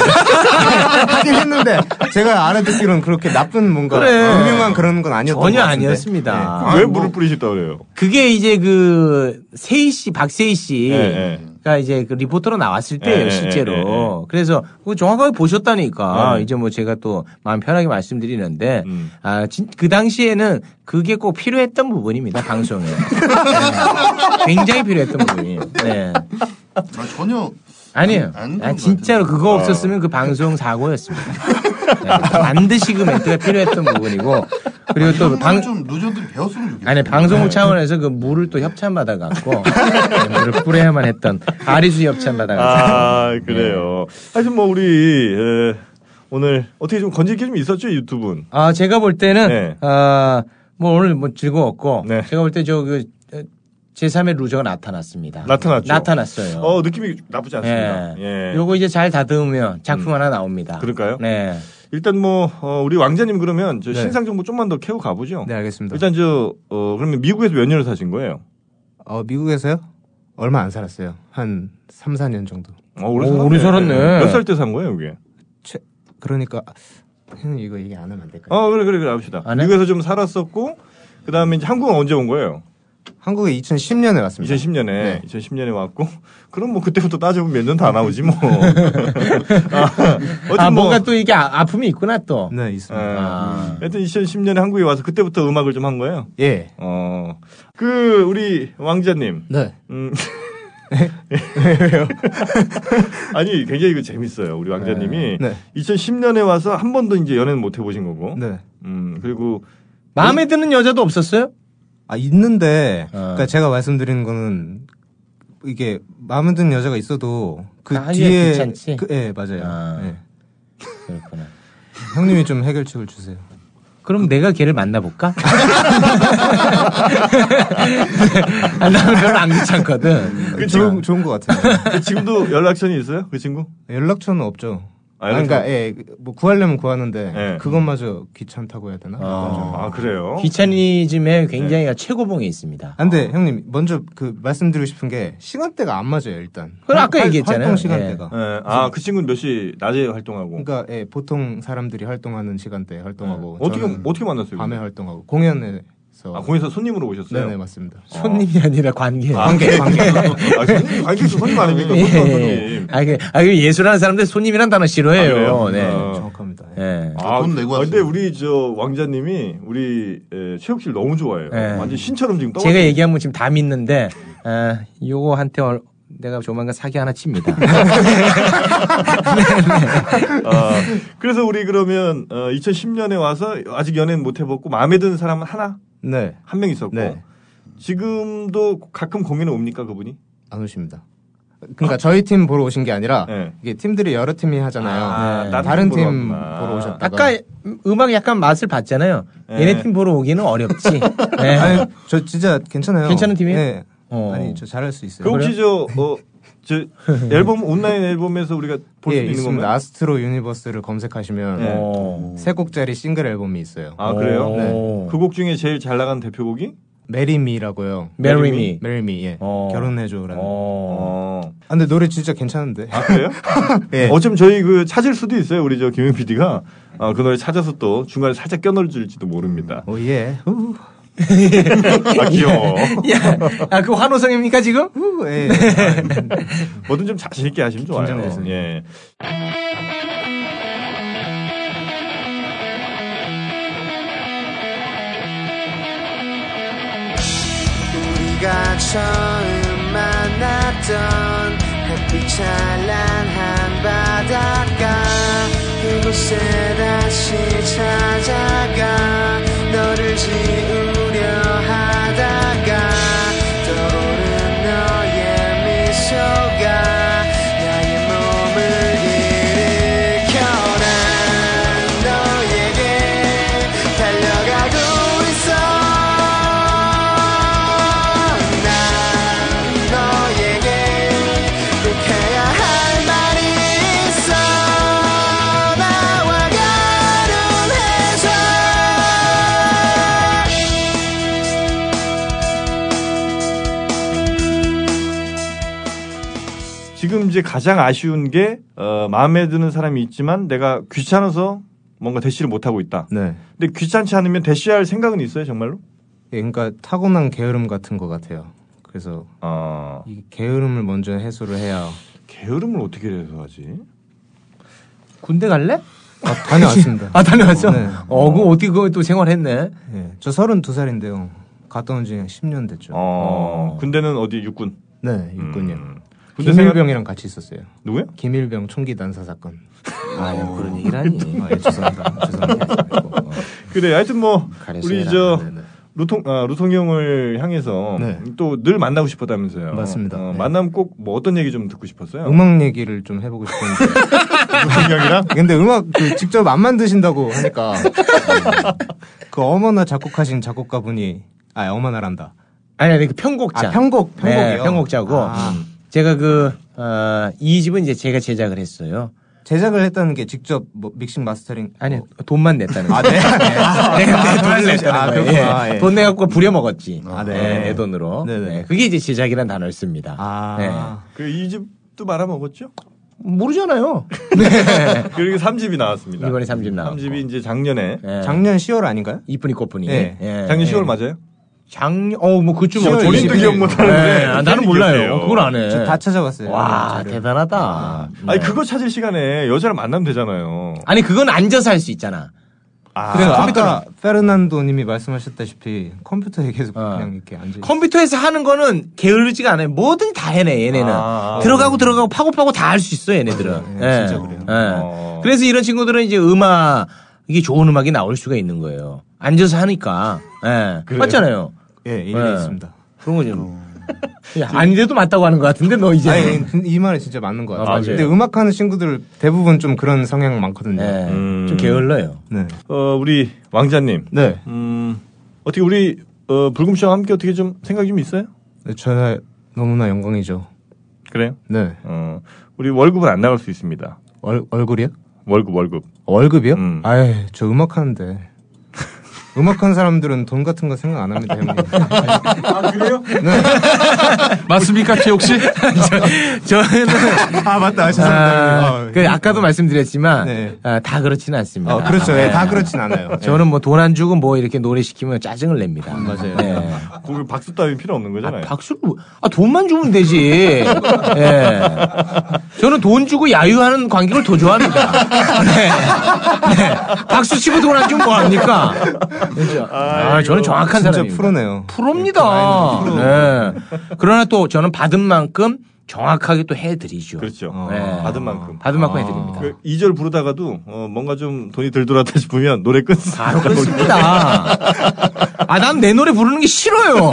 S8: 하긴 했는데 제가 알아듣기로는 그렇게 나쁜 뭔가
S7: 그래.
S8: 유명한 그런 건 아니었던
S7: 전혀
S8: 것 같은데.
S7: 아니었습니다.
S8: 네.
S7: 아,
S6: 왜
S7: 뭐-
S6: 물을 뿌리셨다 그래요?
S7: 그게 이제 그 세희 씨, 박세희 씨.
S6: 예, 예.
S7: 가 이제 그 리포터로 나왔을 때예요
S6: 예, 예,
S7: 실제로
S6: 예, 예.
S7: 그래서 그거 정확하게 보셨다니까
S6: 예.
S7: 이제 뭐 제가 또 마음 편하게 말씀드리는데
S6: 음.
S7: 아 진 그 당시에는 그게 꼭 필요했던 부분입니다 방송에 네. 굉장히 필요했던 부분이에요 네.
S1: 아, 전혀
S7: 아니에요
S1: 안- 안
S7: 아,
S1: 그런
S7: 진짜로
S1: 것
S7: 그거 없었으면 그 방송 사고였습니다 네. 반드시 그 멘트가 필요했던 부분이고 그리고
S1: 또
S7: 또방
S1: 좀 루저들이 배웠으면 좋겠어요.
S7: 아니 방송국 차원에서 그 물을 또 협찬 받아갖고 네, 물을 뿌려야만 했던 아리수 협찬 받아갖고
S6: 아 그래요. 하여튼 뭐 우리 에, 오늘 어떻게 좀 건질 게 좀 있었죠 유튜브는.
S7: 아 제가 볼 때는
S6: 네.
S7: 아, 뭐 오늘 뭐 즐거웠고
S6: 네.
S7: 제가 볼 때 저 그 제3의 루저가 나타났습니다.
S6: 나타났죠?
S7: 나타났어요.
S6: 어 느낌이 나쁘지 않습니다.
S7: 예.
S6: 예. 음.
S7: 요거 이제 잘 다듬으면 작품 하나 나옵니다.
S6: 그럴까요?
S7: 네.
S6: 일단 뭐 어, 우리 왕자님 그러면 저
S8: 네.
S6: 신상 정보 좀만 더 캐고 가보죠.
S8: 네, 알겠습니다.
S6: 일단 저 어, 그러면 미국에서 몇 년을 사신 거예요?
S8: 어, 미국에서요? 얼마 안 살았어요. 한 3, 4년 정도.
S6: 어, 오래
S7: 오,
S6: 살았네.
S7: 오래 살았네.
S6: 몇 살 때 산 거예요, 이게?
S8: 최, 그러니까 형님 이거 얘기 안 하면 안 될까요?
S6: 어, 그래, 그래, 그래, 합시다.
S7: 안 해?
S6: 미국에서 좀 살았었고, 그 다음에 이제 한국은 언제 온 거예요?
S8: 한국에 2010년에 왔습니다.
S6: 2010년에, 2010년에 왔고, 그럼 뭐 그때부터 따져보면 몇 년 다 나오지 뭐. 아, 어쨌든
S7: 아
S6: 뭐,
S7: 뭔가 또 이게 아, 아픔이 있구나 또.
S8: 네, 있습니다.
S6: 예.
S7: 아.
S6: 하여튼 2010년에 한국에 와서 그때부터 음악을 좀 한 거예요.
S8: 예.
S6: 어, 그, 우리 왕자님.
S8: 네.
S6: 음. 아니, 굉장히 이거 재밌어요. 우리 왕자님이.
S8: 네.
S6: 2010년에 와서 한 번도 이제 연애는 못 해보신 거고.
S8: 네.
S6: 음, 그리고
S7: 마음에 드는 여자도 없었어요?
S8: 아, 있는데
S7: 어.
S8: 그러니까 제가 말씀드리는 거는 이게 마음에 드는 여자가 있어도 그
S7: 아, 예,
S8: 뒤에
S7: 귀찮지?
S8: 그, 예, 맞아요.
S7: 아.
S8: 예.
S7: 그렇구나.
S8: 형님이 좀 해결책을 주세요.
S7: 그럼 내가 걔를 만나볼까? 아, 나는 별로 안 귀찮거든.
S6: 그
S8: 아, 좋은
S6: 지금
S8: 좋은 것 같아요.
S6: 그 지금도 연락선이 있어요? 그 친구?
S8: 연락처는 없죠.
S6: 아,
S8: 아,
S6: 연락처-
S8: 그러니까 예, 뭐 구하려면 구하는데
S6: 예.
S8: 그것마저 귀찮다고 해야 되나?
S7: 어.
S6: 아 그래요?
S7: 귀차니즘에 굉장히
S6: 네.
S7: 최고봉에 있습니다.
S8: 안돼 아. 형님 먼저 그 말씀드리고 싶은 게 시간대가 안 맞아요 일단.
S7: 그건 아까
S8: 활-
S7: 얘기했잖아요.
S8: 활동 시간대가.
S6: 예, 아그 친구는 몇 시 낮에 활동하고
S8: 그러니까 예, 보통 사람들이 활동하는 시간대 에 활동하고
S6: 예. 어떻게
S8: 저는
S6: 어떻게 만났어요?
S8: 밤에 활동하고 공연에서
S6: 아 공에서 손님으로 오셨어요?
S8: 네네 맞습니다.
S7: 손님이 아니라 관계.
S6: 아, 관계 관계 아, 손님 관계 손님 아닙니까?
S7: 예.
S6: 보통 손님.
S7: 아, 그, 아, 그 예술하는 사람들 손님이란 단어
S6: 아,
S7: 싫어해요.
S6: 그래요?
S7: 네.
S6: 어.
S8: 정확합니다. 예.
S7: 예.
S1: 아, 돈 내고
S6: 아,
S1: 왔어요.
S6: 근데 우리 저 왕자님이 우리 에, 최욱 씨를 너무 좋아해요.
S7: 예.
S6: 완전 신처럼 지금 떠.
S7: 제가 얘기하면 지금 다 믿는데, 아, 요거 한테 얼- 내가 조만간 사기 하나 칩니다.
S6: 아, 그래서 우리 그러면 어, 2010년에 와서 아직 연애는 못 해봤고 마음에 드는 사람은 하나
S8: 네.
S6: 한 명 있었고
S8: 네.
S6: 지금도 가끔 공연에 옵니까 그분이?
S8: 안 오십니다. 그러니까 저희 팀 보러 오신 게 아니라
S6: 예.
S8: 이게 팀들이 여러 팀이 하잖아요. 네.
S6: 아, 다른
S8: 다른
S6: 팀 보러
S8: 팀
S6: 왔구나.
S8: 보러 어, 그 오셨다가
S7: 아까 음, 음악 약간 맛을 봤잖아요.
S6: 예.
S7: 얘네 팀 보러 오기는 어렵지. 예.
S8: 아니, 저 진짜 괜찮아요.
S7: 괜찮은 팀이에요?
S8: 네.
S7: 어.
S8: 아니, 저 잘할 수 있어요.
S6: 그 혹시 저, 어, 저 앨범 온라인 앨범에서 우리가 볼 수
S8: 예,
S6: 있는
S8: 있습니다.
S6: 건가요?
S8: 아스트로 유니버스를 검색하시면
S6: 예.
S7: 어.
S8: 세 곡짜리 싱글 앨범이 있어요.
S6: 아 그래요?
S7: 네.
S6: 그 곡 중에 제일 잘 나간 대표곡이?
S8: 메리미라고요.
S7: Marry Me.
S8: 메리미. 예.
S7: 어.
S8: 결혼해줘라는.
S7: 어.
S6: 어.
S8: 아, 근데 노래 진짜 괜찮은데.
S6: 아 그래요?
S8: 예.
S6: 어쩜 저희 그 찾을 수도 있어요. 우리 저 김현 PD가 아, 그 노래 찾아서 또 중간에 살짝 껴넣을지도 모릅니다.
S8: 오 예. 후.
S6: 아 귀여워.
S7: 야, 아, 그 환호성입니까 지금?
S8: 후. 예.
S6: 뭐든 좀 자신 있게 하시면 좋아요.
S8: 긴장됐어요.
S6: 예.
S9: 우리가 처음 만났던 햇빛 찬란 한바닷가 그곳에 다시 찾아가 너를 지우려 하다가
S6: 이제 가장 아쉬운 게 어, 마음에 드는 사람이 있지만 내가 귀찮아서 뭔가 대시를 못 하고 있다.
S8: 네.
S6: 근데 귀찮지 않으면 대시할 생각은 있어요 정말로?
S8: 예, 그러니까 타고난 게으름 같은 것 같아요. 그래서
S6: 아
S8: 이 게으름을 먼저 해소를 해야.
S6: 게으름을 어떻게 해소하지?
S10: 군대 갈래?
S8: 아, 다녀왔습니다.
S10: 아 다녀왔죠?
S8: 어, 네.
S10: 어, 그거 어떻게 그걸 또 생활했네.
S8: 예, 저 32살인데요. 갔다 온 지 10년 됐죠.
S6: 어, 군대는 어디 육군?
S8: 네, 육군이요.
S6: 음. 군대 생활
S8: 김일병이랑 같이 있었어요.
S6: 누구야?
S8: 김일병 총기 난사 사건.
S7: 아유 그런 얘기를 하니.
S8: 아, 예, 죄송합니다. 죄송합니다.
S6: 그래 하여튼 뭐
S7: 가려서
S6: 우리
S7: 해라.
S6: 저
S8: 네, 네.
S6: 루통 아, 루통 형을 향해서
S8: 네.
S6: 또 늘 만나고 싶었다면서요.
S8: 맞습니다.
S6: 어,
S8: 네.
S6: 만나면 꼭 뭐 어떤 얘기 좀 듣고 싶었어요?
S8: 음악 얘기를 좀 해보고 싶었는데.
S6: 루통 형이랑
S8: 근데 음악 그 직접 안 만드신다고 하니까. 그 어머나 작곡하신 작곡가분이, 아, 어머나란다.
S7: 아니 아니 그 편곡자.
S8: 아, 편곡, 편곡이요.
S7: 네, 편곡자고 음.
S8: 아,
S7: 제가 그 어, 이 집은 이제 제가 제작을 했어요.
S8: 제작을 했다는 게 직접 뭐 믹싱 마스터링.
S7: 아니 돈만 냈다는 거.
S8: 아, 네.
S7: 내가 돈을 냈다는
S8: 아,
S7: 거예요.
S8: 그렇구나.
S7: 예.
S8: 예.
S7: 돈 내갖고 부려먹었지.
S8: 아,
S7: 네.
S8: 네.
S7: 내 돈으로.
S8: 네네.
S7: 네, 그게 이제 제작이란 단어를 씁니다.
S8: 아.
S7: 네.
S6: 그이 집도 말아 먹었죠? 네.
S7: 모르잖아요.
S6: 그리고 3집이 나왔습니다.
S7: 이번에 3집 나왔고.
S6: 3집이 이제 작년에
S7: 네.
S8: 작년 10월 아닌가요?
S7: 이쁜이 꽃분이.
S8: 예.
S6: 작년 10월 맞아요?
S7: 작년 어뭐 그쯤
S8: 시월
S7: 어쩌지?
S8: 본인도
S6: 기억 못하는데
S7: 네, 아, 나는
S6: 괜히
S7: 몰라요.
S6: 기억해요.
S7: 그걸 안 해.
S8: 저 다 찾아봤어요.
S7: 네.
S8: 네,
S7: 와
S8: 자료를.
S7: 대단하다. 네.
S6: 아니 그거 찾을 시간에 여자를 만나면 되잖아요.
S7: 아니 그건 앉아서 할 수 있잖아.
S6: 아,
S8: 그래요. 아까 페르난도님이 말씀하셨다시피 컴퓨터에 계속 그냥 이렇게 앉아.
S7: 어. 예. 컴퓨터에서 하는 거는 게으르지가 않아요. 뭐든 다 해내 얘네는
S6: 아,
S7: 들어가고 들어가고 파고 파고 다 할 수 있어 얘네들은.
S8: 네,
S7: 예.
S8: 진짜 그래요.
S7: 예.
S6: 어.
S7: 그래서 이런 친구들은 이제 음악 이게 좋은 음악이 나올 수가 있는 거예요. 앉아서 하니까 예. 맞잖아요.
S8: 예, 일리
S7: 네.
S8: 있습니다.
S7: 그런 거죠. 야, 아닌데도 맞다고 하는 것 같은데 너 이제.
S8: 예. 아니, 근데 이 말이 진짜 맞는 것 같아요.
S7: 아, 맞아요.
S8: 근데 음악하는 친구들 대부분 좀 그런 성향 많거든요.
S7: 예.
S6: 음.
S7: 좀 게을러요.
S8: 네.
S6: 어, 우리 왕자님.
S8: 네.
S6: 음, 어떻게 우리 어, 불금쇼와 함께 어떻게 좀 생각이 좀 있어요?
S8: 네, 저야 너무나 영광이죠.
S6: 그래요?
S8: 네.
S6: 어, 우리 월급은 안 나갈 수 있습니다.
S8: 월, 얼굴이요?
S6: 월급 월급.
S8: 월급이요?
S6: 음.
S8: 아유, 저 음악하는데. 음악하는 사람들은 돈 같은 거 생각 안 합니다, 형님. 아, 네.
S10: 맞습니까, 최 혹시?
S7: 저는
S8: 아, 맞다. 예.
S7: 아, 그 아까도 말씀드렸지만
S8: 네.
S7: 아, 다 그렇지는 않습니다.
S8: 어, 그렇죠. 예, 다 그렇진 않아요. 예.
S7: 저는 뭐 돈 안 주고 뭐 이렇게 노래 시키면 짜증을 냅니다.
S8: 맞아요.
S7: 예.
S6: 거기 그 박수 따위 필요 없는
S7: 아,
S6: 거잖아요.
S7: 박수를 왜- 아 돈만 주면 되지. 예. 저는 돈 주고 야유하는 관객을 더 좋아합니다. 네. 네. 박수 치고 돈 안 주면 뭐 합니까? 그죠? 아, 저는 정확한
S8: 진짜
S7: 사람입니다.
S8: 프로네요.
S7: 프로입니다. 네. 그러나 또 저는 받은 만큼 정확하게 또 해드리죠.
S6: 그렇죠.
S7: 네.
S6: 받은 만큼.
S7: 받은 만큼 해드립니다.
S6: 그 2절 부르다가도 어, 뭔가 좀 돈이 들돌았다 싶으면 노래 끊습니다.
S8: 아,
S7: 바로 끊습니다. 아, 난 내 노래 부르는 게 싫어요.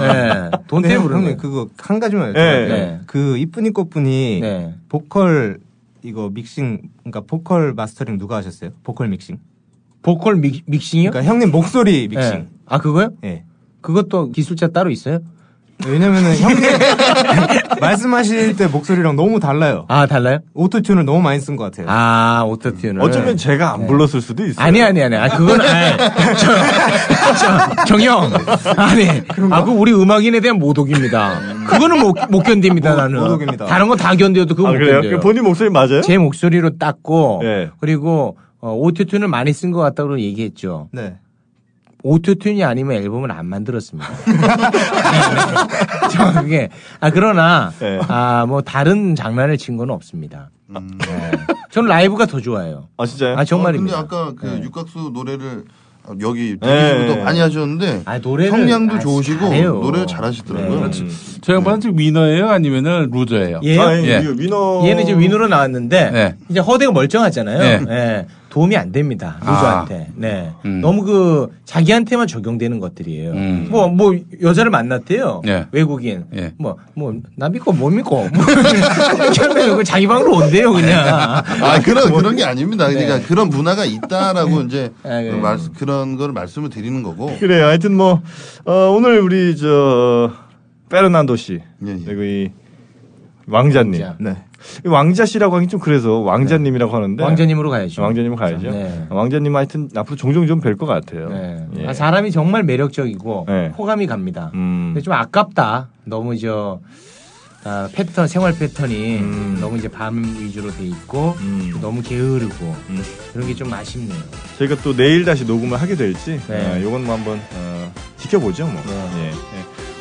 S7: 예. 돈 때문에
S8: 근데 아. 네, 형,
S7: 부르는
S8: 형님
S7: 거예요.
S8: 그거 한 가지만 여쭤볼게요.
S6: 예,
S7: 예.
S8: 그 이쁜이 꽃분이
S7: 네.
S8: 보컬 이거 믹싱 그러니까 보컬 마스터링 누가 하셨어요? 보컬 믹싱.
S7: 보컬 믹, 믹싱이요?
S8: 그러니까 형님 목소리
S7: 예.
S8: 믹싱.
S7: 아, 그거요?
S8: 예.
S7: 그것도 기술자 따로 있어요?
S8: 네. 왜냐면은 형님 말씀하실 때 목소리랑 너무 달라요.
S7: 아, 달라요?
S8: 오토튠을 너무 많이 쓴 것 같아요.
S7: 아, 오토튠을.
S6: 어쩌면 제가 안 불렀을 수도 있어요.
S7: 네. 아니, 아니, 아니. 아, 그건, 아니. 저, 저, 정영. 아니. 아, 그 우리 음악인에 대한 모독입니다. 그거는 못, 못 견딥니다,
S8: 모-
S7: 나는.
S8: 모독입니다.
S7: 다른 건 다 견뎌도 그거
S6: 아,
S7: 못
S6: 그래요?
S7: 견뎌요.
S6: 본인 목소리 맞아요?
S7: 제 목소리로 땄고,
S8: 네.
S6: 예.
S7: 그리고, 어, 오토튠을 많이 쓴 것 같다고 얘기했죠.
S8: 네.
S7: 오토튠이 아니면 앨범을 안 만들었습니다. 네. 저 그게 아 그러나
S6: 네.
S7: 아 뭐 다른 장난을 친 건 없습니다. 네. 저는 라이브가 더 좋아요.
S6: 아 진짜요?
S7: 아
S1: 근데
S7: 정말입니다. 네.
S1: 아까 그 육각수 노래를 아, 여기
S6: 예,
S1: 대기실도
S6: 예.
S1: 많이 하셨는데
S7: 아, 노래를-
S1: 성량도
S7: 아,
S1: 좋으시고
S7: 잘해요.
S1: 노래 잘하시더라고요.
S7: 네,
S6: 그렇죠.
S9: 저
S8: 네.
S9: 양반은 지금 위너예요? 아니면은 루저예요?
S7: 얘
S6: 아, 예,
S9: 예.
S6: 이거 위너
S7: 얘는 이제 위노로 나왔는데
S9: 네.
S7: 이제 허대가 멀쩡하잖아요.
S9: 네. 아.
S7: 예. 도움이 안 됩니다. 루저한테. 네.
S9: 음.
S7: 너무 그 자기한테만 적용되는 것들이에요.
S9: 음.
S7: 뭐 뭐 여자를 만났대요.
S9: 네.
S7: 외국인.
S9: 예.
S7: 뭐뭐나 믿고 못 믿고. 뭐 그러면 그 자기 방으로 온대요 그냥.
S1: 아
S6: 뭐-
S1: 그런 그런 게 아닙니다. 그러니까 그런 문화가 있다라고 이제
S7: 네. 아, 예.
S1: 말, 그런 걸 말씀을 드리는 거고. 예,
S6: 그래요. 하여튼 뭐 어, 오늘 우리 저 페르난도 씨
S1: 예, 예.
S6: 그리고 이 왕자님,
S8: 네.
S6: 이 왕자 씨라고 하긴 좀 그래서 왕자님이라고 하는데
S7: 네. 왕자님으로 가야죠.
S6: 네. 왕자님 가야죠.
S7: 네.
S6: 왕자님 하여튼 앞으로 종종 좀 뵐 것 같아요.
S7: 네.
S6: 예.
S7: 아, 사람이 정말 매력적이고
S6: 네.
S7: 호감이 갑니다.
S6: 음.
S7: 근데 좀 아깝다. 너무 저 아, 패턴 생활 패턴이
S6: 음.
S7: 너무 이제 밤 위주로 돼 있고
S6: 음.
S7: 너무 게으르고
S6: 음.
S7: 그런 게 좀 아쉽네요.
S6: 저희가 또 내일 다시 녹음을 하게 될지
S7: 네.
S6: 어, 요건 뭐 한번 어, 지켜보죠 뭐. 예, 예.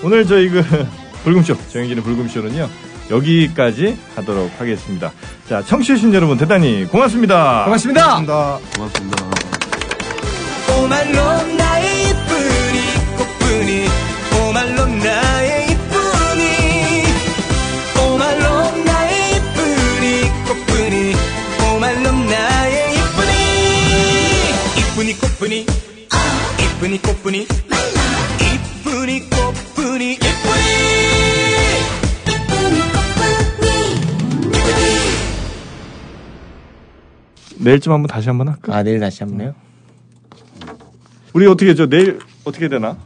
S6: 오늘 저희 그 불금쇼 정영진의 불금쇼는요 여기까지 하도록 하겠습니다. 자 청취해주신 여러분 대단히 고맙습니다.
S7: 고맙습니다.
S11: 고맙습니다.
S9: 오말론 나의 이쁜이 꽃뿐이 오말론 나의 이쁜이 오말론 나의 이쁜이 꽃뿐이 오말론 나의 이쁜이 이쁜이 꽃뿐이 아, 이쁜이 꽃뿐이 이쁜이 꽃뿐이 이쁜이
S6: 내일쯤 한번 다시 한번 할까?
S7: 아 내일 다시 한번요.
S6: 우리 어떻게 저 내일 어떻게 되나?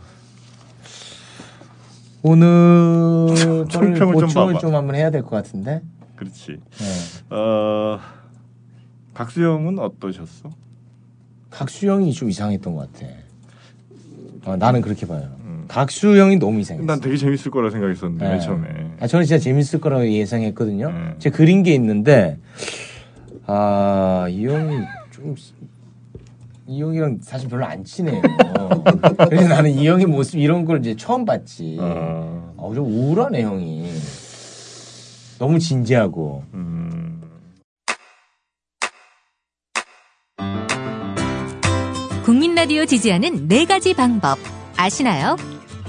S7: 오늘
S6: 총평을 좀
S7: 보충을
S6: 봐봐.
S7: 좀 한번 해야 될 것 같은데.
S6: 그렇지.
S7: 네.
S6: 어 박수영은 어떠셨어?
S7: 각수형이 좀 이상했던 것 같아. 아, 나는 그렇게 봐요. 각수형이 너무 이상했어.
S6: 음. 난 되게 재밌을 거라 생각했었는데 맨 처음에.
S7: 아, 저는 진짜 재밌을 거라고 예상했거든요.
S6: 네.
S7: 제가 그린 게 있는데, 아, 이 형이 좀, 이 형이랑 사실 별로 안 친해요. 그래서 나는 이 형의 모습 이런 걸 이제 처음 봤지.
S6: 어,
S7: 어, 좀 우울하네, 형이. 너무 진지하고.
S6: 음.
S12: 국민 라디오 지지하는 네 가지 방법 아시나요?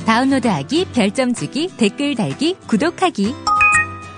S12: 다운로드하기, 별점 주기, 댓글 달기, 구독하기.